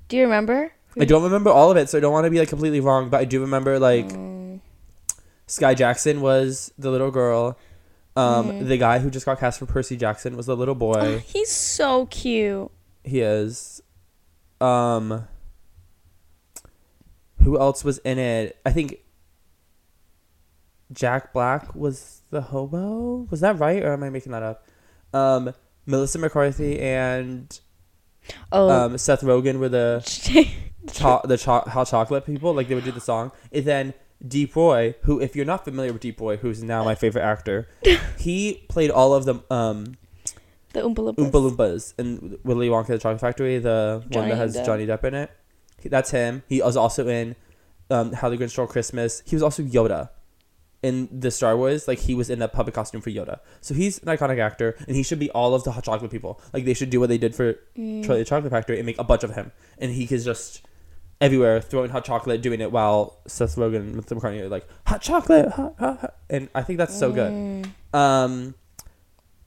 S4: Do you remember?
S5: I don't remember all of it, so I don't want to be like completely wrong, but I do remember like Sky Jackson was the little girl. Um, The guy who just got cast for Percy Jackson was the little boy.
S4: Oh, He's so cute.
S5: he is. Um, who else was in it? I think Jack Black was the hobo. Was that right, or am I making that up? Um, Melissa McCarthy and
S4: Oh.
S5: um, Seth Rogen were the cho- the cho- hot chocolate people, like they would do the song, and then Deep Roy, who if you're not familiar with Deep Roy, who's now my favorite actor, he played all of the um,
S4: the Oompa Loompas.
S5: Oompa Loompas in Willy Wonka and the Chocolate Factory, the one
S4: Johnny
S5: that has
S4: Depp.
S5: Johnny Depp in it. He- That's him. He was also in um, How the Grinch Stole Christmas. He was also Yoda in the Star Wars. Like he was in a puppet costume for Yoda, so he's an iconic actor, and he should be all of the hot chocolate people. Like they should do what they did for Charlie the Chocolate Factory and make a bunch of him, and he is just everywhere throwing hot chocolate, doing it while Seth Rogen and Melissa McCartney are like hot chocolate, hot, hot, hot. and I think that's so good. Um,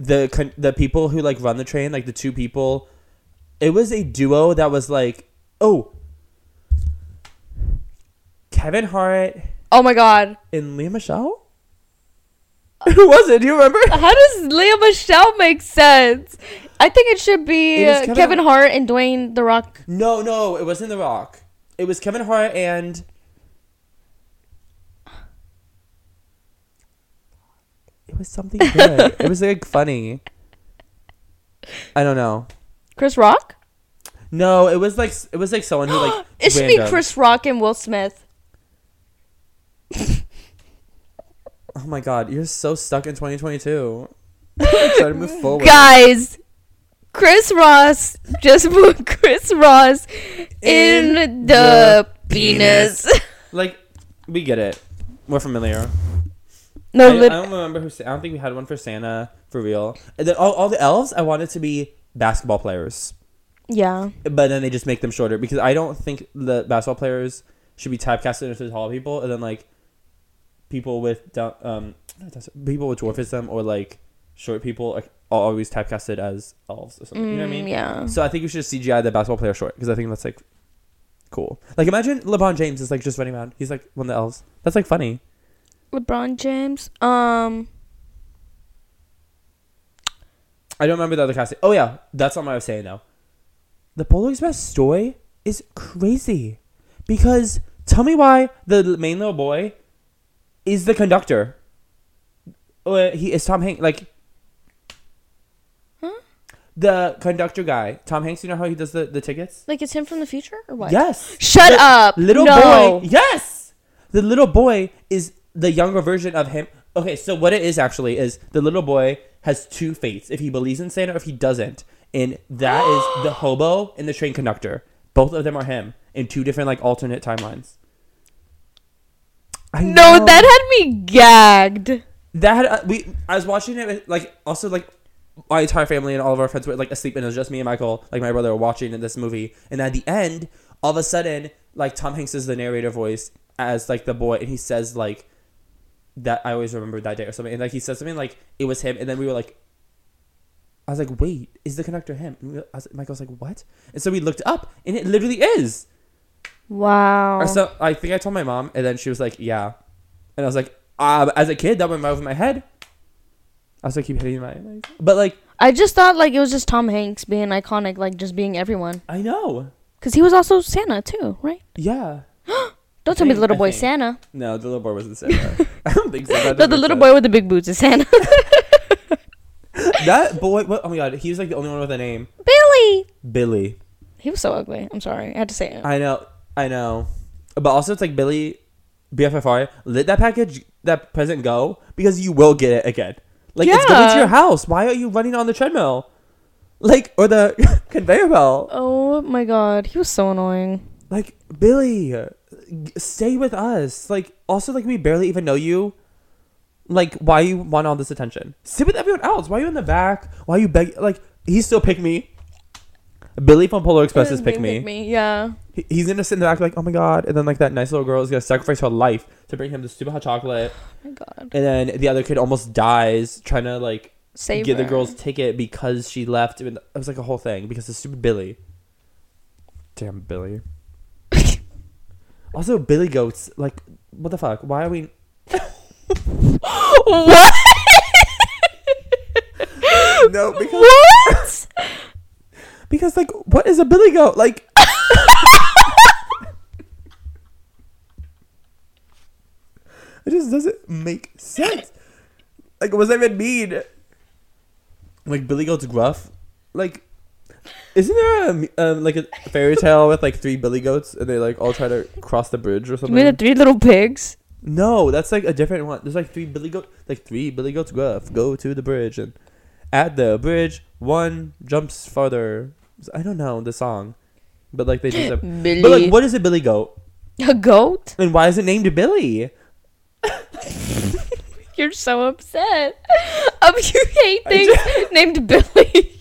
S5: the con- the people who like run the train, like the two people, it was a duo that was like, oh, Kevin Hart
S4: Oh my god.
S5: and Leah Michelle. Who was it? Do you remember?
S4: How does Leah Michelle make sense? I think it should be
S5: It was
S4: uh,
S5: Kevin-
S4: Kevin, Hart and Dwayne The Rock.
S5: No, no, it wasn't The Rock. It was Kevin Hart and. It was something good. it was like funny. I don't know.
S4: Chris Rock?
S5: No, it was like it was like someone who like.
S4: It should
S5: random.
S4: be Chris Rock and Will Smith.
S5: Oh my god, you're so stuck in 2022. I'm trying to move forward.
S4: Guys, Chris Ross just put Chris Ross in,
S5: In
S4: the, penis.
S5: Like, we get it. We're familiar.
S4: no,
S5: I, I
S4: lit-
S5: don't remember who. Sa- I don't think we had one for Santa for real. And then all, all the elves, I wanted to be basketball players,
S4: yeah.
S5: but then they just make them shorter because I don't think the basketball players should be typecasted into tall people. And then like people with down, um not down syndrome, people with dwarfism or like short people are are always typecasted as elves or something. you know what I
S4: Mm,
S5: mean?
S4: Yeah.
S5: So I think we should just CGI the basketball player short because I think that's like cool. Like imagine LeBron James is like just running around. He's like one of the elves. That's like funny.
S4: LeBron James. Um.
S5: I don't remember the other casting. Oh yeah, that's what I was saying though. The Polar Express story is crazy because tell me why the l- main little boy is the conductor. Or he is Tom Hanks like.
S4: Huh?
S5: The conductor guy, Tom Hanks. You know how he does the, the tickets?
S4: Like it's him from the future or what?
S5: Yes.
S4: Shut
S5: The
S4: up.
S5: Little
S4: no.
S5: boy. Yes. The little boy is the younger version of him. Okay, so what it is actually is the little boy has two fates: if he believes in Santa or if he doesn't. And that is the hobo and the train conductor. Both of them are him in two different like alternate timelines. I
S4: No,
S5: know.
S4: that had me gagged.
S5: that had, uh, we I was watching it like also like my entire family and all of our friends were like asleep and it was just me and Michael like my brother were watching this movie and at the end all of a sudden like Tom Hanks is the narrator voice as like the boy and he says like that I always remember that day or something and like he said something like it was him and then we were like I was like wait is the conductor him and we, I was, Michael was like what and so we looked up and it literally is
S4: Wow.
S5: so I think I told my mom, and then she was like, "Yeah," and I was like, um, "As a kid, that went over my head." I was like, "Keep hitting my," but like
S4: I just thought like it was just Tom Hanks being iconic, like just being everyone,
S5: I know,
S4: because he was also Santa too, right?
S5: yeah.
S4: Don't tell me the
S5: think-
S4: little
S5: I
S4: boy
S5: think.
S4: Santa.
S5: No, the little boy wasn't Santa. I don't think so. That
S4: No, the
S5: doesn't
S4: little
S5: make
S4: boy with the big boots is Santa.
S5: sense. That boy. What, oh my god, he was like the only one with a name.
S4: Billy.
S5: Billy.
S4: He was so ugly. I'm sorry. I had to say it.
S5: I know. I know. But also, it's like Billy, BFFR, let that package, that present go because you will get it again. Like it's going
S4: Yeah.
S5: to your house. Why are you running on the treadmill? Like or the conveyor belt.
S4: oh my god, he was so annoying.
S5: like Billy, g- stay with us. Like also like we barely even know you. Like why you want all this attention? Sit with everyone else. Why are you in the back? Why you beg? Like he still pick me. Billy from Polar Express is pick me.
S4: Yeah.
S5: He- He's gonna sit in the back like oh my god, and then like that nice little girl is gonna sacrifice her life to bring him the stupid hot chocolate,
S4: Oh my god.
S5: and then the other kid almost dies trying to like
S4: Save
S5: get the
S4: her.
S5: girl's ticket because she left. It was like a whole thing because of stupid Billy. Damn Billy. also, Billy goats. Like, what the fuck? Why are we?
S4: what?
S5: No, because
S4: What?
S5: because like, what is a Billy goat? Like, it just doesn't make sense. Like, what does that even mean? Like Billy goat's gruff. Like, isn't there a um, like a fairy tale with like three Billy goats and they like all try to cross the bridge or
S4: You
S5: something?
S4: mean the three little pigs?
S5: No, that's like a different one. There's like three Billy goat, like three Billy goats gruff go to the bridge, and at the bridge one jumps farther. I don't know the song, but like they just.
S4: Billy.
S5: But like, what is a Billy goat,
S4: A goat?
S5: and why is it named Billy?
S4: You're so upset. Um, you hate
S5: I
S4: things named Billy.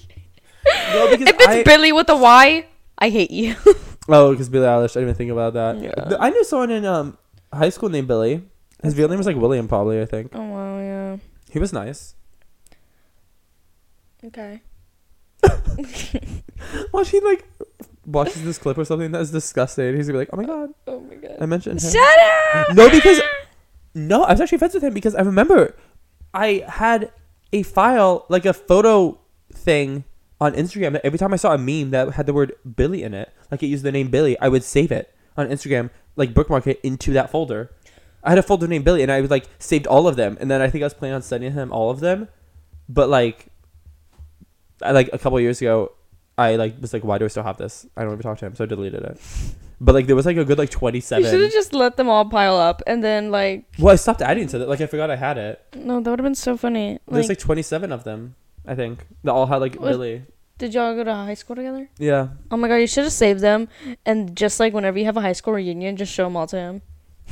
S5: No, because
S4: if it's
S5: I-
S4: Billy with a Y, I hate you.
S5: Oh, because Billie Eilish. I didn't even think about that.
S4: Yeah.
S5: I knew someone in um high school named Billy. His real name was like William, probably. I think
S4: oh wow, yeah.
S5: he was nice.
S4: Okay.
S5: Well, she like watches this clip or something that is disgusting. He's gonna be like, "Oh my god,
S4: Oh my god.
S5: I mentioned him."
S4: Shut up!
S5: Um, uh-huh. No, because- No, I was actually friends with him because I remember I had a file, like a photo thing on Instagram that every time I saw a meme that had the word Billy in it, like it used the name Billy, I would save it on Instagram, like bookmark it into that folder. I had a folder named Billy and I would like saved all of them and then I think I was planning on sending him all of them. But like I like a couple years ago I like was like, why do I still have this? I don't even talk to him, so I deleted it. But like there was like a good like twenty
S4: You should
S5: seven
S4: have just let them all pile up and then like
S5: Well, I stopped adding to that, like I forgot I had it.
S4: no, that would have been so funny. Like,
S5: There's like 27 of them, I think. That all had like
S4: Was-
S5: Billy.
S4: did y'all go to high school together?
S5: Yeah.
S4: Oh my god, you should have saved them and just like whenever you have a high school reunion, just show them all to him.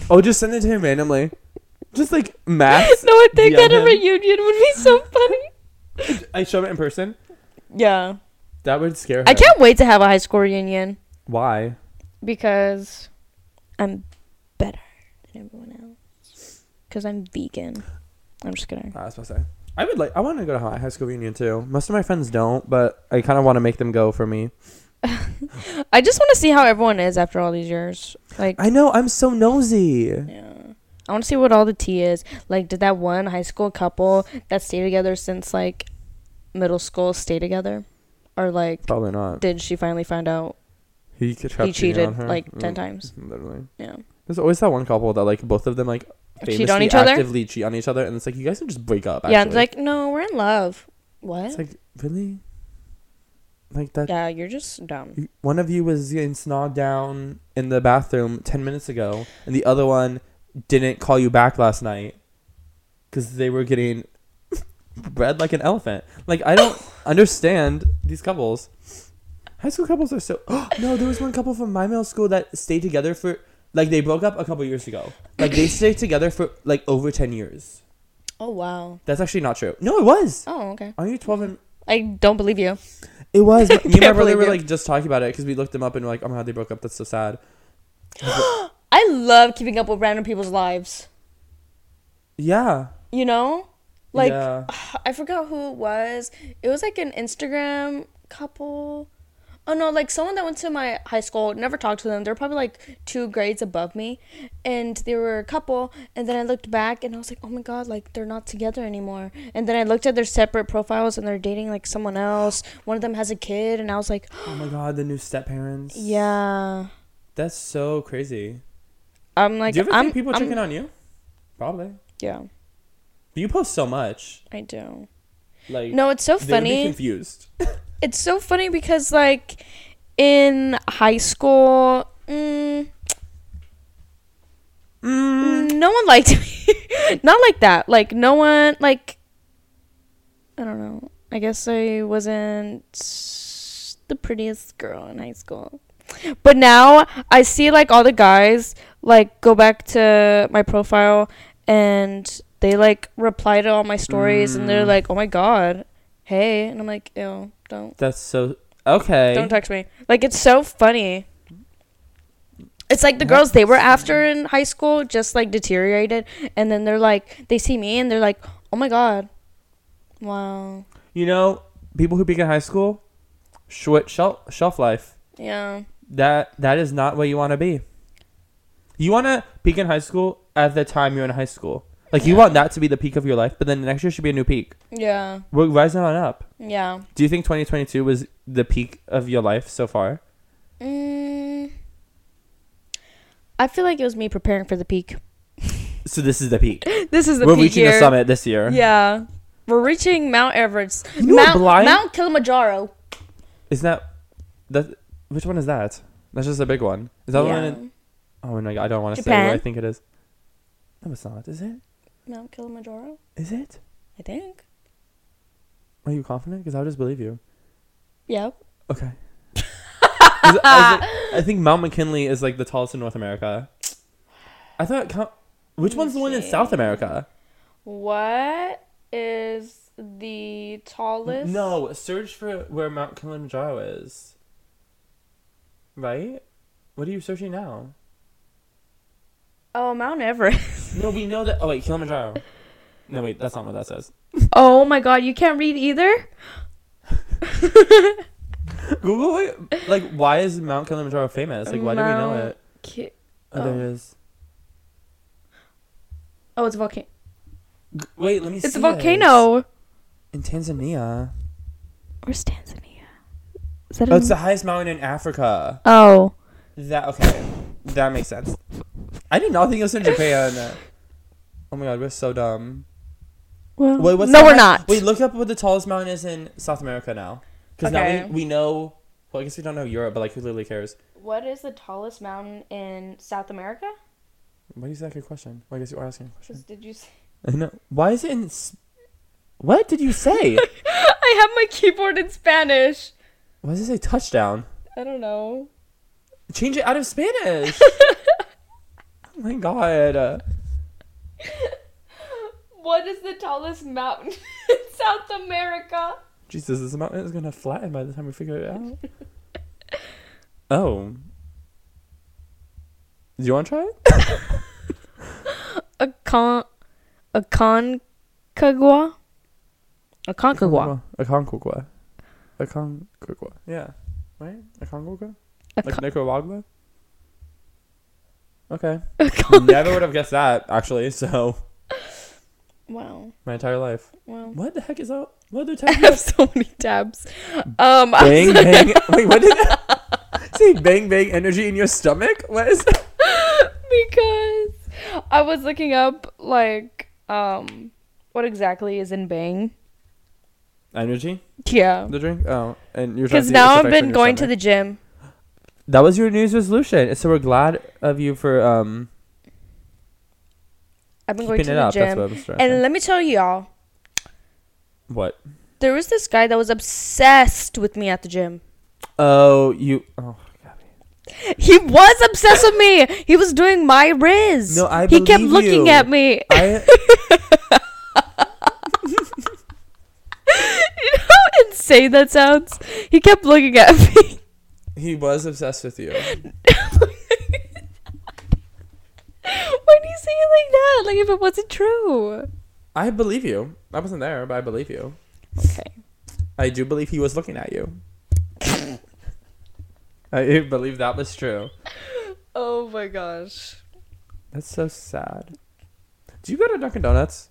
S5: Oh, just send it to him randomly. Just like mass.
S4: No, I think
S5: DM
S4: that a
S5: him.
S4: reunion would be so funny.
S5: I show him in person.
S4: Yeah.
S5: That would scare him.
S4: I can't wait to have a high school reunion
S5: Why?
S4: because I'm better than everyone else. Because because I'm vegan. I'm just kidding.
S5: Ah, I was supposed to say. I would like. I want to go to high high school reunion too. Most of my friends don't, but I kind of want to make them go for me.
S4: I just want to see how everyone is after all these years. Like,
S5: Uh. I know. I'm so nosy.
S4: yeah. I want to see what all the tea is. Like, did that one high school couple that stayed together since like middle school stay together, or like,
S5: Probably not.
S4: did she finally find out
S5: He, could trap
S4: he
S5: cheating on
S4: cheated
S5: her.
S4: like ten
S5: Mm,
S4: times?
S5: Literally.
S4: Yeah.
S5: There's always that one couple that like both of them like famously
S4: Cheat on each other.
S5: actively cheat on each other, and it's like you guys can just break up.
S4: Yeah, it's
S5: actually.
S4: like eh. no, we're in love. What?
S5: it's like really, like that.
S4: yeah, you're just dumb.
S5: you- One of you was getting snogged down in the bathroom ten minutes ago, and the other one didn't call you back last night because they were getting bred like an elephant. Like I don't understand these couples. High school couples are so. no, there was one couple from my middle school that stayed together for like they broke up a couple years ago. Like they stayed together for like over ten years.
S4: Oh wow.
S5: That's actually not true. No, it was.
S4: Oh okay.
S5: Aren't you twelve? And
S4: I don't believe you.
S5: it was. Me and my
S4: Can't
S5: brother
S4: believe
S5: were
S4: you.
S5: like just talking about it because we looked them up and were like, "Oh my god, they broke up. That's so sad."
S4: I love keeping up with random people's lives.
S5: Yeah.
S4: You know, like
S5: Yeah.
S4: I forgot who it was. It was like an Instagram couple. Oh no, like someone that went to my high school, never talked to them. They were probably like two grades above me. And they were a couple. And then I looked back and I was like, oh my god, like they're not together anymore. And then I looked at their separate profiles and they're dating like someone else. One of them has a kid. And I was like,
S5: Oh my god, the new step parents.
S4: yeah.
S5: That's so crazy.
S4: I'm like,
S5: Do you ever
S4: I'm,
S5: think people
S4: I'm-
S5: checking on you? Probably.
S4: Yeah,
S5: But you post so much.
S4: I do.
S5: Like
S4: No, it's so
S5: they would be
S4: funny.
S5: confused.
S4: it's so funny because like in high school mm,
S5: Mm.
S4: no one liked me not like that like no one like i don't know i guess i wasn't the prettiest girl in high school but now i see like all the guys like go back to my profile and they like reply to all my stories and they're
S5: Mm.
S4: like oh my god hey and i'm like ew don't
S5: That's so okay.
S4: don't touch me. Like it's so funny. It's like the girls they were after in high school just like deteriorated, and then they're like they see me and they're like, oh my god, wow,
S5: you know, people who peak in high school, short shelf shelf life.
S4: yeah,
S5: That that is not what you want to be. You want to peak in high school at the time you're in high school. Like you want that to be the peak of your life, but then next year should be a new peak.
S4: yeah,
S5: We're rising on up.
S4: yeah.
S5: Do you think 2022 was the peak of your life so far?
S4: Mm, I feel like it was me preparing for the peak.
S5: So this is the peak.
S4: This is the
S5: We're
S4: peak
S5: reaching the
S4: year.
S5: summit this year.
S4: Yeah, we're reaching Mount Everest.
S5: You know what
S4: Mount,
S5: blind-
S4: Mount Kilimanjaro.
S5: Is that that? Which one is that? That's just a big one. Is that the one? In, oh no, I don't want to say where I
S4: Japan?
S5: think it is. No, it's not. Is it?
S4: Mount Kilimanjaro.
S5: Is it?
S4: I think.
S5: Are you confident? Because I would just believe you.
S4: Yeah.
S5: Okay. 'Cause I, thi- I think Mount McKinley is like the tallest in North America. I thought. Co- which one's the one in South America?
S4: What is the tallest?
S5: No, search for where Mount Kilimanjaro is. Right? What are you searching now?
S4: Oh, Mount Everest.
S5: No, we know that. Oh wait, Kilimanjaro. No, wait, that's not what that says.
S4: oh my god, you can't read either?
S5: Google it. Like, why is Mount Kilimanjaro famous? Like, why do we know
S4: Mount-
S5: it?
S4: Ki-
S5: Oh, there it is.
S4: Oh, it's a volcano.
S5: G- Wait, let me see.
S4: It's a
S5: it.
S4: volcano.
S5: in Tanzania.
S4: Where's Tanzania? Is that
S5: Oh, it's the highest mountain in Africa.
S4: oh.
S5: That okay? That makes sense. I did not think it was in Japan. Oh my god, we're so dumb.
S4: Well,
S5: Wait, what's
S4: no,
S5: the
S4: we're
S5: hi-
S4: not.
S5: Wait, look up what the tallest mountain is in South America now. Because
S4: Okay.
S5: now we, we know. Well, I guess we don't know Europe, but like, who literally cares?
S4: what is the tallest mountain in South America?
S5: Why is that a question? Well, I guess you are asking a question.
S4: Did you say?
S5: I know. Why is it in? s- What did you say?
S4: I have my keyboard in Spanish.
S5: Why does it say touchdown?
S4: I don't know.
S5: Change it out of Spanish. oh my god. Uh,
S4: What is the tallest mountain in South America?
S5: Jesus, this mountain is gonna flatten by the time we figure it out. oh. Do you want to try it?
S4: A con. Aconcagua. Aconcagua.
S5: A Aconcagua. Aconcagua. Yeah. Right? Aconcagua? Like
S4: Acon-
S5: Nicaragua? Okay.
S4: Acon-
S5: Never would have guessed that, actually, so
S4: Wow.
S5: my entire life.
S4: Wow.
S5: What the heck is that? What are they
S4: I
S5: talking
S4: have
S5: about?
S4: so many tabs. Um, I
S5: Bang
S4: was-
S5: bang. Wait, what did that? Say bang bang energy in your stomach? What is that?
S4: because I was looking up like um what exactly is in bang.
S5: Energy?
S4: Yeah.
S5: The drink? Oh, and you're trying
S4: Because
S5: to see
S4: now
S5: its
S4: I've
S5: effects on
S4: been
S5: your
S4: going to
S5: stomach.
S4: the gym.
S5: That was your New Year's resolution. So we're glad of you for um
S4: I've been going
S5: keeping
S4: to
S5: it
S4: the
S5: up. That's
S4: gym.
S5: what I was trying.
S4: And let me tell y'all,
S5: what?
S4: there was this guy that was obsessed with me at the gym.
S5: Oh, you. Oh, Gabby.
S4: He was obsessed with me. He was doing my riz.
S5: No, I
S4: He kept
S5: believe
S4: looking
S5: you.
S4: at me.
S5: I
S4: you know how insane that sounds? He kept looking at me.
S5: he was obsessed with you.
S4: Why do you say it like that? Like if it wasn't true.
S5: I believe you. I wasn't there, but I believe you.
S4: Okay.
S5: I do believe he was looking at you. I do believe that was true.
S4: Oh my gosh.
S5: That's so sad. Do you go to Dunkin' Donuts?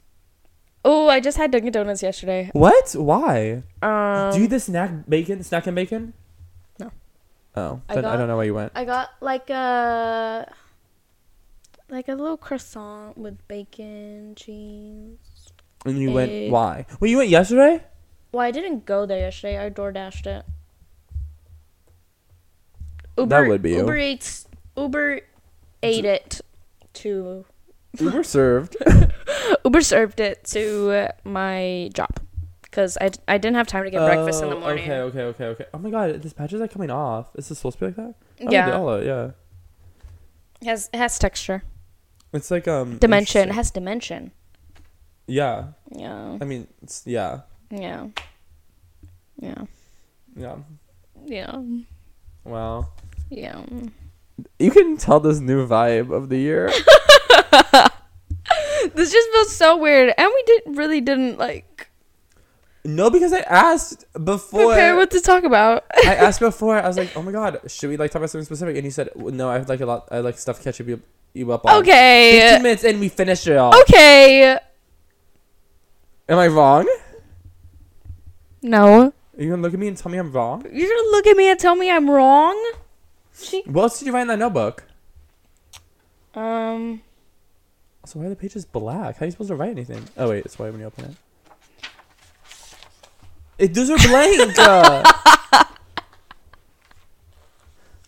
S4: Oh, I just had Dunkin' Donuts yesterday.
S5: What? Why?
S4: Um,
S5: do you the snack bacon? Snack and bacon?
S4: No.
S5: Oh,
S4: I
S5: then I
S4: got-
S5: don't know where you went.
S4: I got like a like a little croissant with bacon, cheese.
S5: And you went
S4: Egg.
S5: why? Well, you went yesterday.
S4: Well, I didn't go there yesterday. I door dashed it. Uber,
S5: That would be you.
S4: Uber Eats. Uber ate it to
S5: Uber served.
S4: Uber served it to my job because I, d- I didn't have time to get breakfast in the
S5: Oh,
S4: morning.
S5: Okay, okay, okay, okay. Oh my god, this patches like coming off. Is this supposed to be like that? Oh,
S4: Yeah.
S5: they all are, yeah.
S4: It has it has texture,
S5: It's like um
S4: dimension. It
S5: interesting.
S4: has dimension.
S5: Yeah,
S4: Yeah,
S5: I mean, it's, yeah,
S4: yeah, yeah,
S5: yeah.
S4: yeah,
S5: Wow.
S4: yeah.
S5: You can tell this new vibe of the year.
S4: This just feels so weird, and we did really didn't like
S5: no, because I asked before.
S4: prepare what to talk about.
S5: I asked before. I was like, oh my god, should we like talk about something specific? And you said, well, no, I have like a lot. I like stuff catching you, you up on.
S4: okay,
S5: Uh, Fifteen minutes and we finished it all.
S4: okay.
S5: Am I wrong?
S4: No,
S5: Are you gonna look at me and tell me I'm wrong?
S4: you're gonna look at me and tell me I'm wrong.
S5: What else did you write in that notebook?
S4: Um,
S5: So why are the pages black? How are you supposed to write anything? Oh wait, it's white when you open it. It those are blank. uh.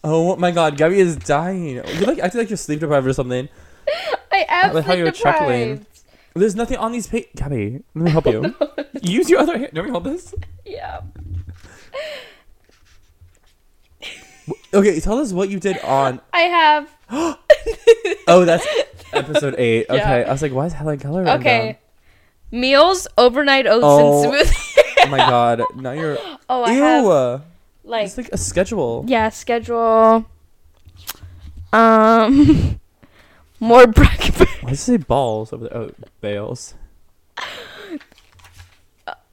S5: oh my god, Gabby is dying. You like acting like you're sleep deprived or something.
S4: I
S5: I like how
S4: absolutely
S5: you're chuckling. There's nothing on these pages. Gabby, let me help you. Use your other hand. Let me hold this.
S4: Yeah.
S5: Okay, tell us what you did on.
S4: I have.
S5: Oh, that's episode eight. Okay,
S4: Yeah.
S5: I was like, why is Helen Keller? written down?
S4: Okay. Meals, overnight oats,
S5: Oh.
S4: and smoothie.
S5: Oh my god, now you're.
S4: Oh, I
S5: Ew.
S4: have
S5: it's
S4: like,
S5: like a schedule.
S4: yeah, schedule. Um, more breakfast.
S5: Why does it say balls over there? Oh, bales.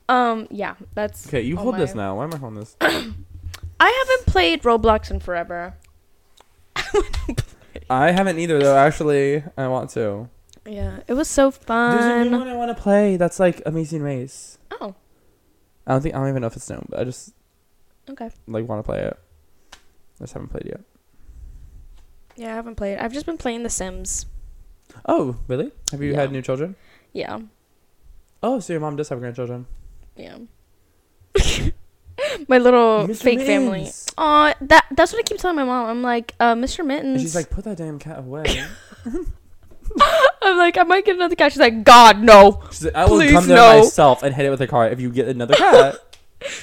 S4: Um, yeah, that's.
S5: Okay, you
S4: all
S5: hold this
S4: Oh my-
S5: now. Why am I holding this?
S4: I haven't played Roblox in forever.
S5: I haven't either though. Actually, I want to.
S4: Yeah, it was so
S5: There's a new
S4: fun.
S5: one I want to play. That's like Amazing Race.
S4: Oh,
S5: I don't think I don't even know if it's known, but I just
S4: okay.
S5: like want to play it. I just haven't played it yet.
S4: Yeah, I haven't played. I've just been playing The Sims.
S5: Oh, really? Have you had
S4: Yeah.
S5: new children?
S4: Yeah,
S5: Oh, so your mom does have grandchildren.
S4: yeah. my little
S5: Mr.
S4: Oh, fake family.
S5: Mittens.
S4: Aw, that that's what I keep telling my mom. I'm like, uh, Mr. Mittens.
S5: And she's like, put that damn cat away.
S4: I'm like, I might get another cat. She's like, God, no.
S5: She's like, I will
S4: Please,
S5: come there
S4: no.
S5: myself and hit it with a car if you get another cat.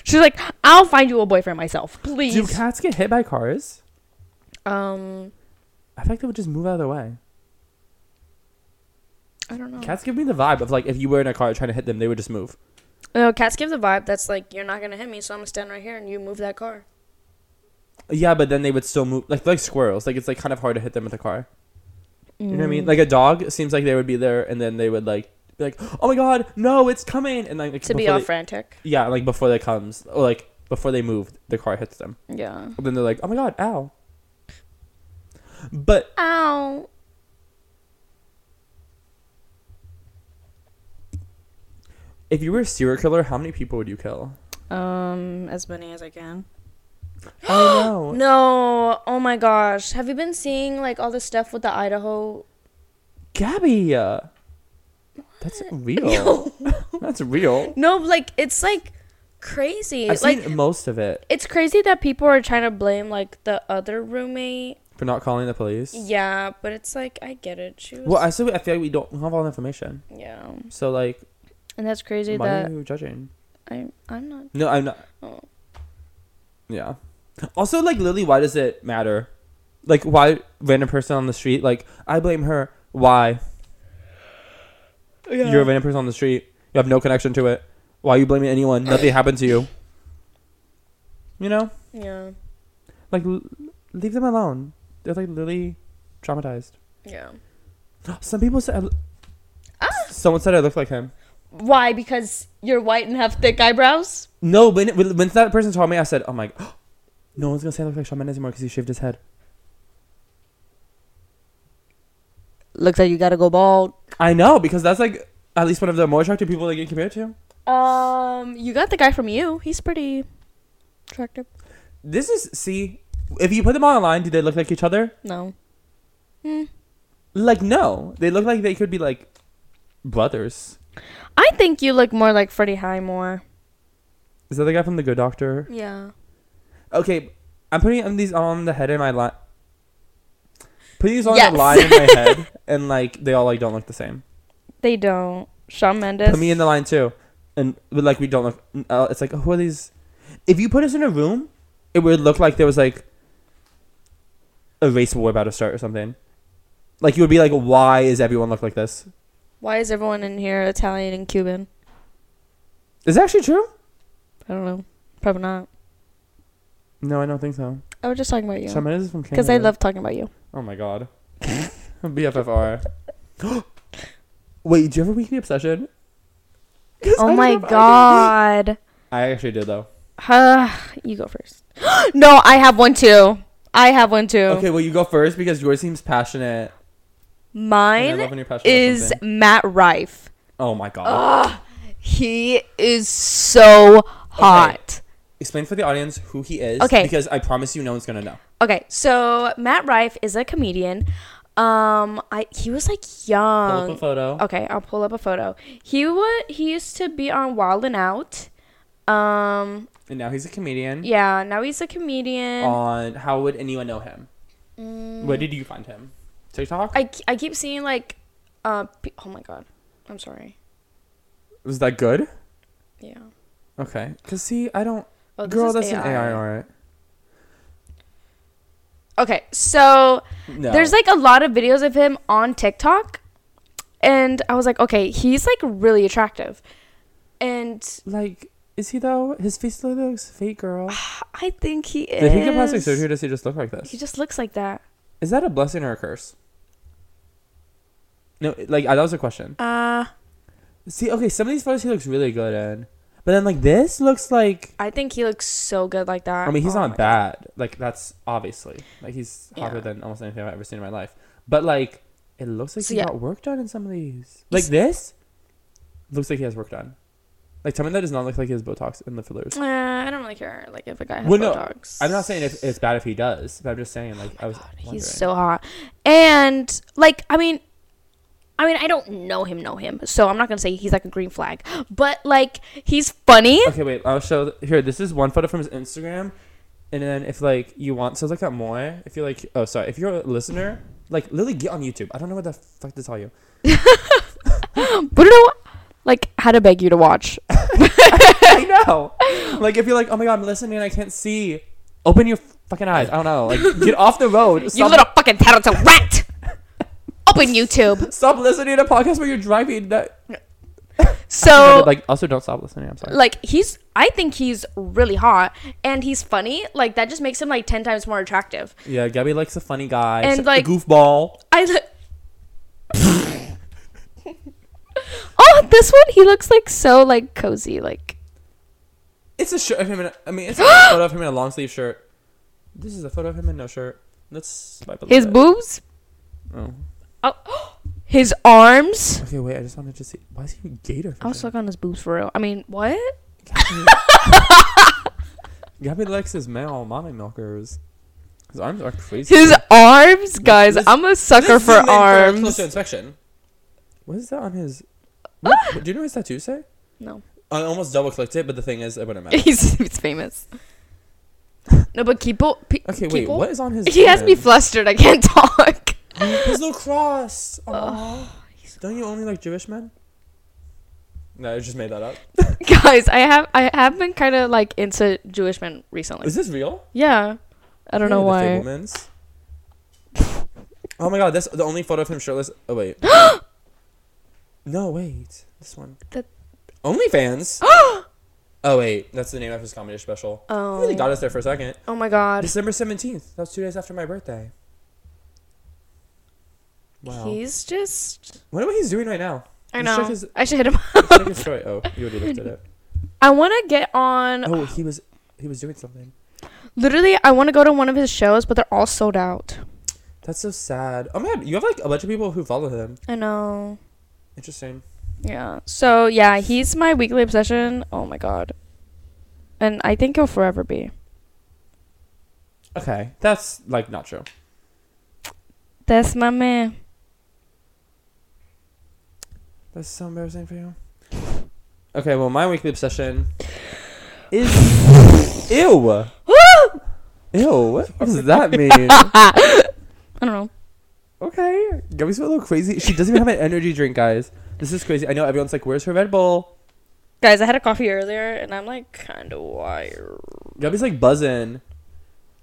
S4: She's like, I'll find you a boyfriend myself,
S5: Do
S4: please.
S5: cats get hit by cars?
S4: um,
S5: I think they would just move out of their way.
S4: I don't know.
S5: Cats give me the vibe of like if you were in a car trying to hit them, they would just move.
S4: no, cats give the vibe that's like, you're not gonna hit me, so I'm gonna stand right here and you move that car.
S5: Yeah, but then they would still move like like squirrels. Like it's like
S4: Mm.
S5: kind of hard to hit them with a car. You know what I mean? Like a dog it seems like they would be there and then they would like be like, "Oh my god, no, it's coming!" And like,
S4: to be
S5: before
S4: all
S5: they-
S4: frantic.
S5: Yeah, like before they comes or like before they move, the car hits them.
S4: Yeah.
S5: And then they're like, "Oh my god, ow!" But
S4: Ow.
S5: if you were a serial killer, how many people would you kill?
S4: Um, as many as I can.
S5: I know.
S4: No. Oh my gosh. Have you been seeing like all this stuff with the Idaho?
S5: Gabby. uh, That's real.
S4: No.
S5: That's real.
S4: no, like it's like crazy.
S5: I've
S4: like
S5: seen most of it
S4: it's crazy that people are trying to blame like the other roommate.
S5: for not calling the police.
S4: Yeah, but it's like I get it. She was
S5: Well, I still I feel like we don't have all the information.
S4: yeah,
S5: So like,
S4: and that's crazy
S5: why
S4: that
S5: are you judging?
S4: I'm I'm not.
S5: No, I'm not.
S4: Oh.
S5: Yeah. Also, like, Lily, why does it matter? Like, why random person on the street? Like, I blame her. Why? You're a random person on the street. You have no connection to it. Why are you blaming anyone? Nothing happened to you. You know,
S4: Yeah,
S5: like, l- leave them alone. They're like Lily, traumatized.
S4: yeah.
S5: Some people said. I l- Someone said I look like him.
S4: Why? Because you're white and have thick eyebrows.
S5: No, when it, when when that person told me, I said, "Oh my, god, no one's gonna say I look like Shawn Mendes anymore because he shaved his head."
S4: Looks like you gotta go bald.
S5: I know because that's like at least one of the more attractive people they get compared to.
S4: Um, you got the guy from you. He's pretty attractive.
S5: This is see if you put them all online, do they look like each other?
S4: No. Hmm.
S5: Like no, they look like they could be like brothers.
S4: I think you look more like Freddie Highmore.
S5: Is that the guy from The Good Doctor?
S4: Yeah.
S5: Okay, I'm putting um, these on the head in my line. Putting these on
S4: Yes.
S5: the line in my head, and like they all like don't look the same.
S4: They don't. Shawn Mendes.
S5: Put me in the line too, and but like we don't look. Uh, it's like who are these? If you put us in a room, it would look like there was like a race war about to start or something. Like you would be like, why is everyone look like this?
S4: Why is everyone in here Italian and Cuban?
S5: Is that actually true?
S4: I don't know. Probably not.
S5: No, I don't think so.
S4: I was just talking about
S5: Shawn
S4: you.
S5: Mendes is from Canada.
S4: Because I love talking about you.
S5: Oh my god. BFFR. Wait, do you have a weekly obsession? 'Cause I
S4: Oh
S5: don't
S4: my
S5: know if I do.
S4: god.
S5: I actually did though.
S4: Huh, you go first. no, I have one too. I have one too.
S5: Okay, well you go first because yours seems passionate. and I love
S4: Mine
S5: when you're passionate about
S4: is
S5: something.
S4: Matt Rife.
S5: Oh my god.
S4: He is so hot.
S5: Explain for the audience who he is.
S4: Okay.
S5: Because I promise you, no one's gonna know.
S4: Okay, so Matt Rife is a comedian. Um, I he was like
S5: Pull
S4: young.
S5: up a photo.
S4: Um, Okay, I'll pull up a photo. He would he used to be on Wild and Out. Um,
S5: And now he's a comedian.
S4: yeah, now he's a comedian.
S5: On how would anyone know him? Where did you find him? TikTok.
S4: Mm. I, I keep seeing like, uh, pe- oh my god, I'm sorry.
S5: Was that good?
S4: Yeah.
S5: Okay. Cause see, I don't.
S4: Oh, this
S5: girl,
S4: is
S5: that's an AI, alright.
S4: Okay, so
S5: No.
S4: there's like a lot of videos of him on TikTok, and I was like, okay, he's like really attractive, and
S5: like, is he though? His face looks fake, girl.
S4: I think he Ah, is.
S5: Did he get plastic surgery? Or does he just look like
S4: He
S5: this?
S4: just looks like that.
S5: Is that a blessing or a curse? No, like I, that was a question.
S4: Uh,
S5: See, okay, some of these photos he looks really good in, but then like this looks like
S4: I think he looks so good like that.
S5: I mean, he's
S4: Oh my
S5: not bad. Like that's obviously like he's hotter
S4: Yeah.
S5: than almost anything I've ever seen in my life. But like, it looks like
S4: So,
S5: he
S4: yeah.
S5: got work done in some of these. Like this, looks like he has work done. Like tell me that does not look like he has Botox in the fillers.
S4: God. Uh, I don't really care. Like if a guy has
S5: Well, no,
S4: Botox.
S5: I'm not saying if it's bad if he does, but I'm just saying like I was. wondering.
S4: Oh He's so hot. And like I mean I mean I don't know him know him. So I'm not going to say he's like a green flag. But like he's funny.
S5: Okay, wait. I'll show here. This is one photo from his Instagram, and then if like you want to look at more, if you're like, oh sorry, if you're a listener, like Lily, get on YouTube. I don't know what the fuck to tell you.
S4: But I don't like how to beg you to watch.
S5: I know. Like if you're like, oh my god, I'm listening, I can't see. Open your fucking eyes. I don't know. Like get off the road.
S4: You
S5: Stop,
S4: little fucking tattletale rat. Open YouTube.
S5: stop listening to podcasts while you're driving. That Oh
S4: So like,
S5: like also don't stop listening. I'm sorry.
S4: he's I think he's really hot and he's funny. Like that just makes him like 10 times more attractive.
S5: yeah, Gabby likes a funny guy
S4: And,
S5: a
S4: like-
S5: goofball.
S4: I li- Oh, this one he looks like so like cozy, like
S5: It's a shirt of him. In a, I mean, it's a photo of him in a long sleeve shirt. This is a photo of him in no shirt. Let's swipe a little
S4: his
S5: bit.
S4: boobs,
S5: Oh.
S4: oh, his arms.
S5: Okay, wait. I just wanted to see. Why is he a gator?
S4: I was looking on his boobs for real. I mean, what?
S5: Gabby likes his male mommy milkers. His arms are crazy.
S4: His arms, guys.
S5: this-
S4: I'm a sucker
S5: This
S4: for
S5: is meant a Closer
S4: arms. Ah!
S5: inspection. What is that on his? What, what- do you know what his tattoo say?
S4: No,
S5: I almost double clicked it, but the thing is, it wouldn't matter.
S4: he's, he's famous. No, but Kipo. P-
S5: Okay, wait.
S4: Kipo?
S5: What is on his?
S4: He has me
S5: hand?
S4: flustered. I can't talk.
S5: His little cross. Aww. Don't you only like Jewish men? No, I just made that up.
S4: guys, I have I have been kind of like into Jewish men recently.
S5: Is this real?
S4: yeah, I don't know
S5: Hey,
S4: why.
S5: the Fablemans. oh my god, that's the only photo of him shirtless. Oh wait. no, wait. This one.
S4: That-
S5: OnlyFans. oh wait, that's the name of his comedy special.
S4: Oh.
S5: He really got us there for a second.
S4: Oh my god,
S5: December seventeenth. That was two days after my birthday. Wow.
S4: he's just.
S5: Wonder what he's doing right now.
S4: I
S5: Let's check
S4: know.
S5: his-
S4: I should hit him.
S5: Let's check his story. Oh, you already looked at it.
S4: I want to get on.
S5: Oh, he was he was doing something.
S4: Literally, I want to go to one of his shows, but they're all sold out.
S5: That's so sad. Oh man, you have like a bunch of people who follow him.
S4: I know.
S5: Interesting.
S4: Yeah. So yeah, he's my weekly obsession. Oh my god. And I think he'll forever be.
S5: Okay, that's like not true.
S4: That's my man.
S5: That's so embarrassing for you. Okay, well, my weekly obsession is ew, ew. What does that mean?
S4: I don't know.
S5: okay, Gabby's a little crazy. She doesn't even have an energy drink, guys. This is crazy. I know everyone's like, "Where's her Red Bull?"
S4: Guys, I had a coffee earlier and I'm like kind of wired.
S5: Gabby's like buzzing.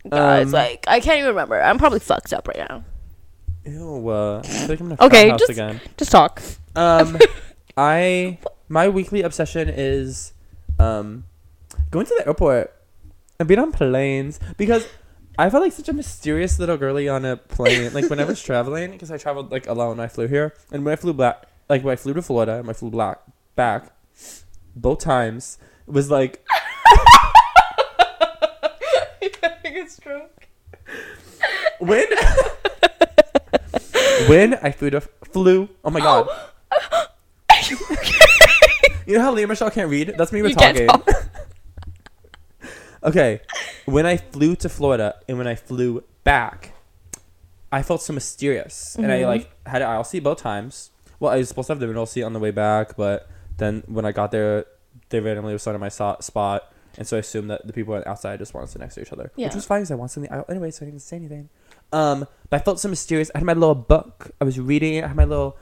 S4: Guys,
S5: Um,
S4: like I can't even remember. I'm probably fucked up right now.
S5: Ew. uh, I feel like I'm in a
S4: Okay,
S5: frat house
S4: just-
S5: again.
S4: Just talk.
S5: Um, I my weekly obsession is um going to the airport and being on planes because I felt like such a mysterious little girly on a plane. Like when I was traveling, because I traveled like alone. I flew here, and when I flew back, like when I flew to Florida and when I flew black back, both times it was like when when I flew to flew. Oh my god. You know how Leah Michelle can't read? That's me
S4: You can't
S5: talking.
S4: talk.
S5: okay. When I flew to Florida and when I flew back, I felt so mysterious. And
S4: Mm-hmm.
S5: I like had an aisle seat both times. Well, I was supposed to have the middle seat on the way back, but then when I got there, they randomly was starting my so- spot. And so I assumed that the people on the outside just wanted to sit next to each other.
S4: Yeah.
S5: Which was fine because I wanted to sit in the aisle anyway, so I didn't say anything. Um, but I felt so mysterious. I had my little book. I was reading it. I had my little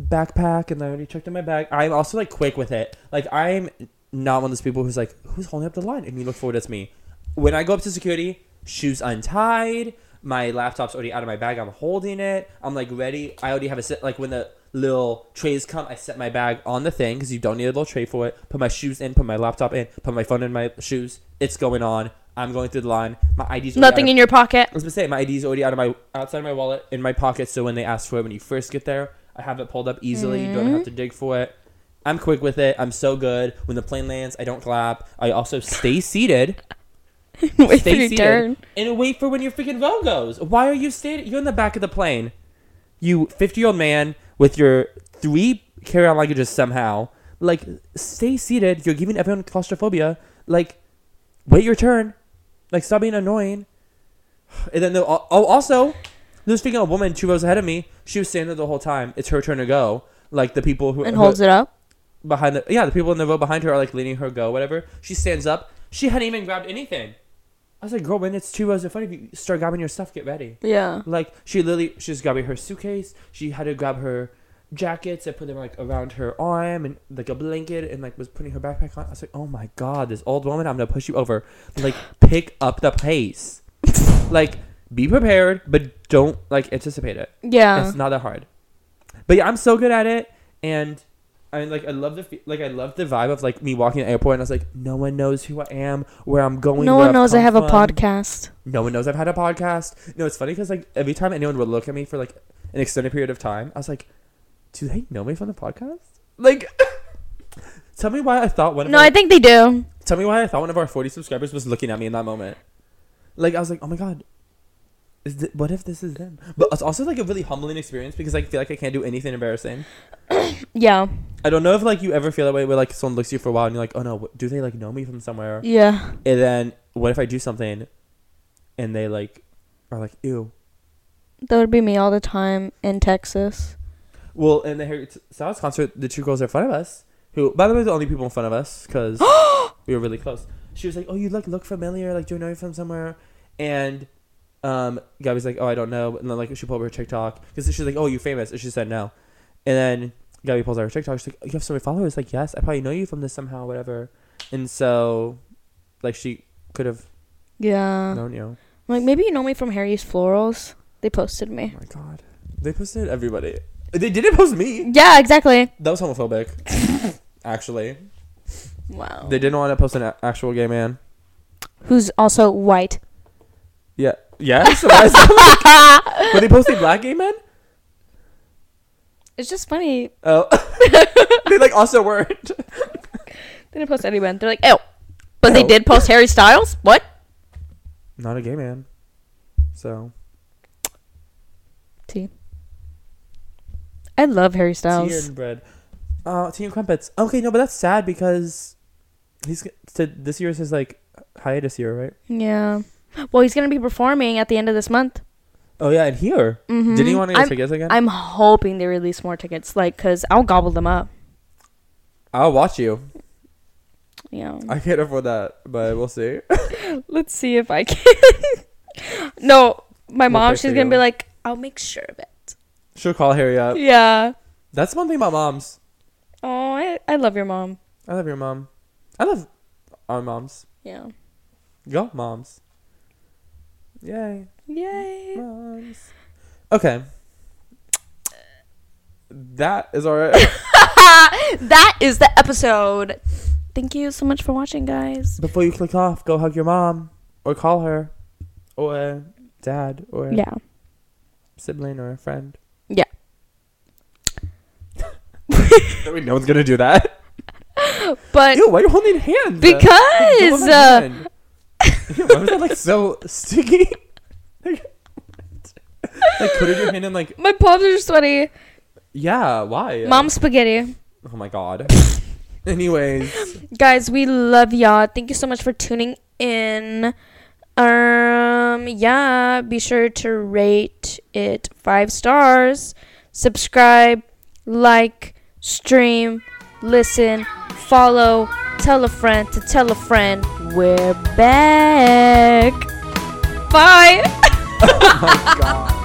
S5: backpack and I already checked in my bag. I'm also like quick with it. Like I'm not one of those people who's like, who's holding up the line? And you look forward, it's me. When I go up to security, shoes untied, my laptop's already out of my bag. I'm holding it. I'm like ready. I already have a set. Like when the little trays come, I set my bag on the thing because you don't need a little tray for it. Put my shoes in. Put my laptop in. Put my phone in my shoes. It's going on. I'm going through the line. My ID's already out
S4: Nothing
S5: of-
S4: in your pocket.
S5: I was gonna say my ID is already out of my outside of my wallet in my pocket, so when they ask for it when you first get there, I have it pulled up easily. You don't have to dig for it. I'm quick with it. I'm so good. When the plane lands, I don't clap. I also stay seated.
S4: Wait for
S5: Stay
S4: your
S5: seated.
S4: turn.
S5: And wait for when your freaking row goes. Why are you standing? You're in the back of the plane. You 50 year old man with your three carry on luggages somehow. Like, stay seated. You're giving everyone claustrophobia. Like, wait your turn. Like, stop being annoying. And then, the, oh, also, there's freaking a woman two rows ahead of me. She was standing there the whole time. It's her turn to go. Like, the people who.
S4: And
S5: who-
S4: holds it up.
S5: behind the yeah the people in the row behind her are like letting her go whatever she stands up she hadn't even grabbed anything i was like girl when it's two rows in front of you start grabbing your stuff get ready
S4: Yeah.
S5: like she literally she was grabbing her suitcase she had to grab her jackets and put them like around her arm and like a blanket and like was putting her backpack on i was like oh my god this old woman i'm gonna push you over like pick up the pace like be prepared but don't like anticipate it
S4: Yeah.
S5: it's not that hard. But yeah, I'm so good at it, and I like I love the fe- like I love the vibe of like me walking in the airport, and I was like, no one knows who I am, where I'm going.
S4: No
S5: where
S4: one
S5: I've
S4: knows I
S5: come
S4: have a
S5: from.
S4: podcast.
S5: No one knows I've had a podcast. No, it's funny because like every time anyone would look at me for like an extended period of time, I was like, do they know me from the podcast? Like, tell me why I thought one. Of
S4: No,
S5: our,
S4: I think they do.
S5: Tell me why I thought one of our forty subscribers was looking at me in that moment. Like I was like, oh my god, is th- what if this is them? But it's also like a really humbling experience because I feel like I can't do anything embarrassing.
S4: Yeah.
S5: I don't know if like you ever feel that way where like someone looks at you for a while and you're like, oh no, what, do they like know me from somewhere?
S4: Yeah.
S5: And then what if I do something, and they like are like, ew.
S4: That would be me all the time in Texas.
S5: Well, in the Harry Styles concert, the two girls in front of us, who by the way, the only people in front of us because we were really close. She was like, "Oh, you like look familiar. Like, do you know you from somewhere?" And um, Gabby's like, "Oh, I don't know." And then like she pulled up her TikTok because she's like, "Oh, you famous?" And she said no. And then Gabby pulls out her TikTok. She's like, "You have so many followers." Like, yes, I probably know you from this somehow, whatever. And so, like, she could have
S4: Yeah.
S5: known you. Oh
S4: Like maybe you know me from Harry's Florals. They posted me.
S5: Oh my god, they posted everybody. They didn't post me.
S4: Yeah, exactly.
S5: That was homophobic. Actually,
S4: Wow.
S5: they didn't want to post an a- actual gay man.
S4: Who's also white.
S5: Yeah. Yes. Why is that like- Were they posting black gay men?
S4: It's just funny.
S5: Oh. they like also weren't.
S4: They didn't post anyone. They're like, oh. But they
S5: Ew.
S4: did post Harry Styles? What?
S5: Not a gay man. So.
S4: T. I love Harry
S5: Tea
S4: Styles.
S5: and bread. Uh, tea and crumpets. Okay, no, but that's sad because he's g- so this year's his like hiatus year, right?
S4: Yeah. Well, he's gonna be performing at the end of this month.
S5: Oh yeah, and here.
S4: Mhm.
S5: Did he want to get
S4: I'm-
S5: tickets again?
S4: I'm hoping they release more tickets, like, cause I'll gobble them up.
S5: I'll watch you.
S4: Yeah.
S5: I can't afford that, but we'll see.
S4: Let's see if I can. no, my
S5: We'll
S4: mom.
S5: pay for
S4: She's gonna
S5: you.
S4: be like, I'll make sure of it.
S5: She'll call Harry
S4: Oh.
S5: up.
S4: Yeah.
S5: That's one thing about moms.
S4: Oh, I, I love your mom.
S5: I love your mom. I love our moms.
S4: Yeah.
S5: Go moms. Yay.
S4: Yay.
S5: Moms. Okay. That is alright.
S4: That is the episode. Thank you so much for watching, guys.
S5: Before you click off, go hug your mom or call her or dad or
S4: Yeah.
S5: sibling or a friend.
S4: Yeah.
S5: I mean, no one's gonna do that.
S4: But
S5: Ew, why are you holding hands?
S4: because
S5: Like, don't hold my
S4: uh,
S5: hand. Ew, why was that like so sticky? like, like, put it in your hand and like,
S4: my palms are sweaty.
S5: yeah, why?
S4: Mom spaghetti.
S5: Oh my god. Anyways,
S4: Guys, we love y'all. Thank you so much for tuning in. Um yeah, be sure to rate it 5 stars. Subscribe, like, stream, listen, follow, tell a friend to tell a friend. We're back. Bye.
S5: my god.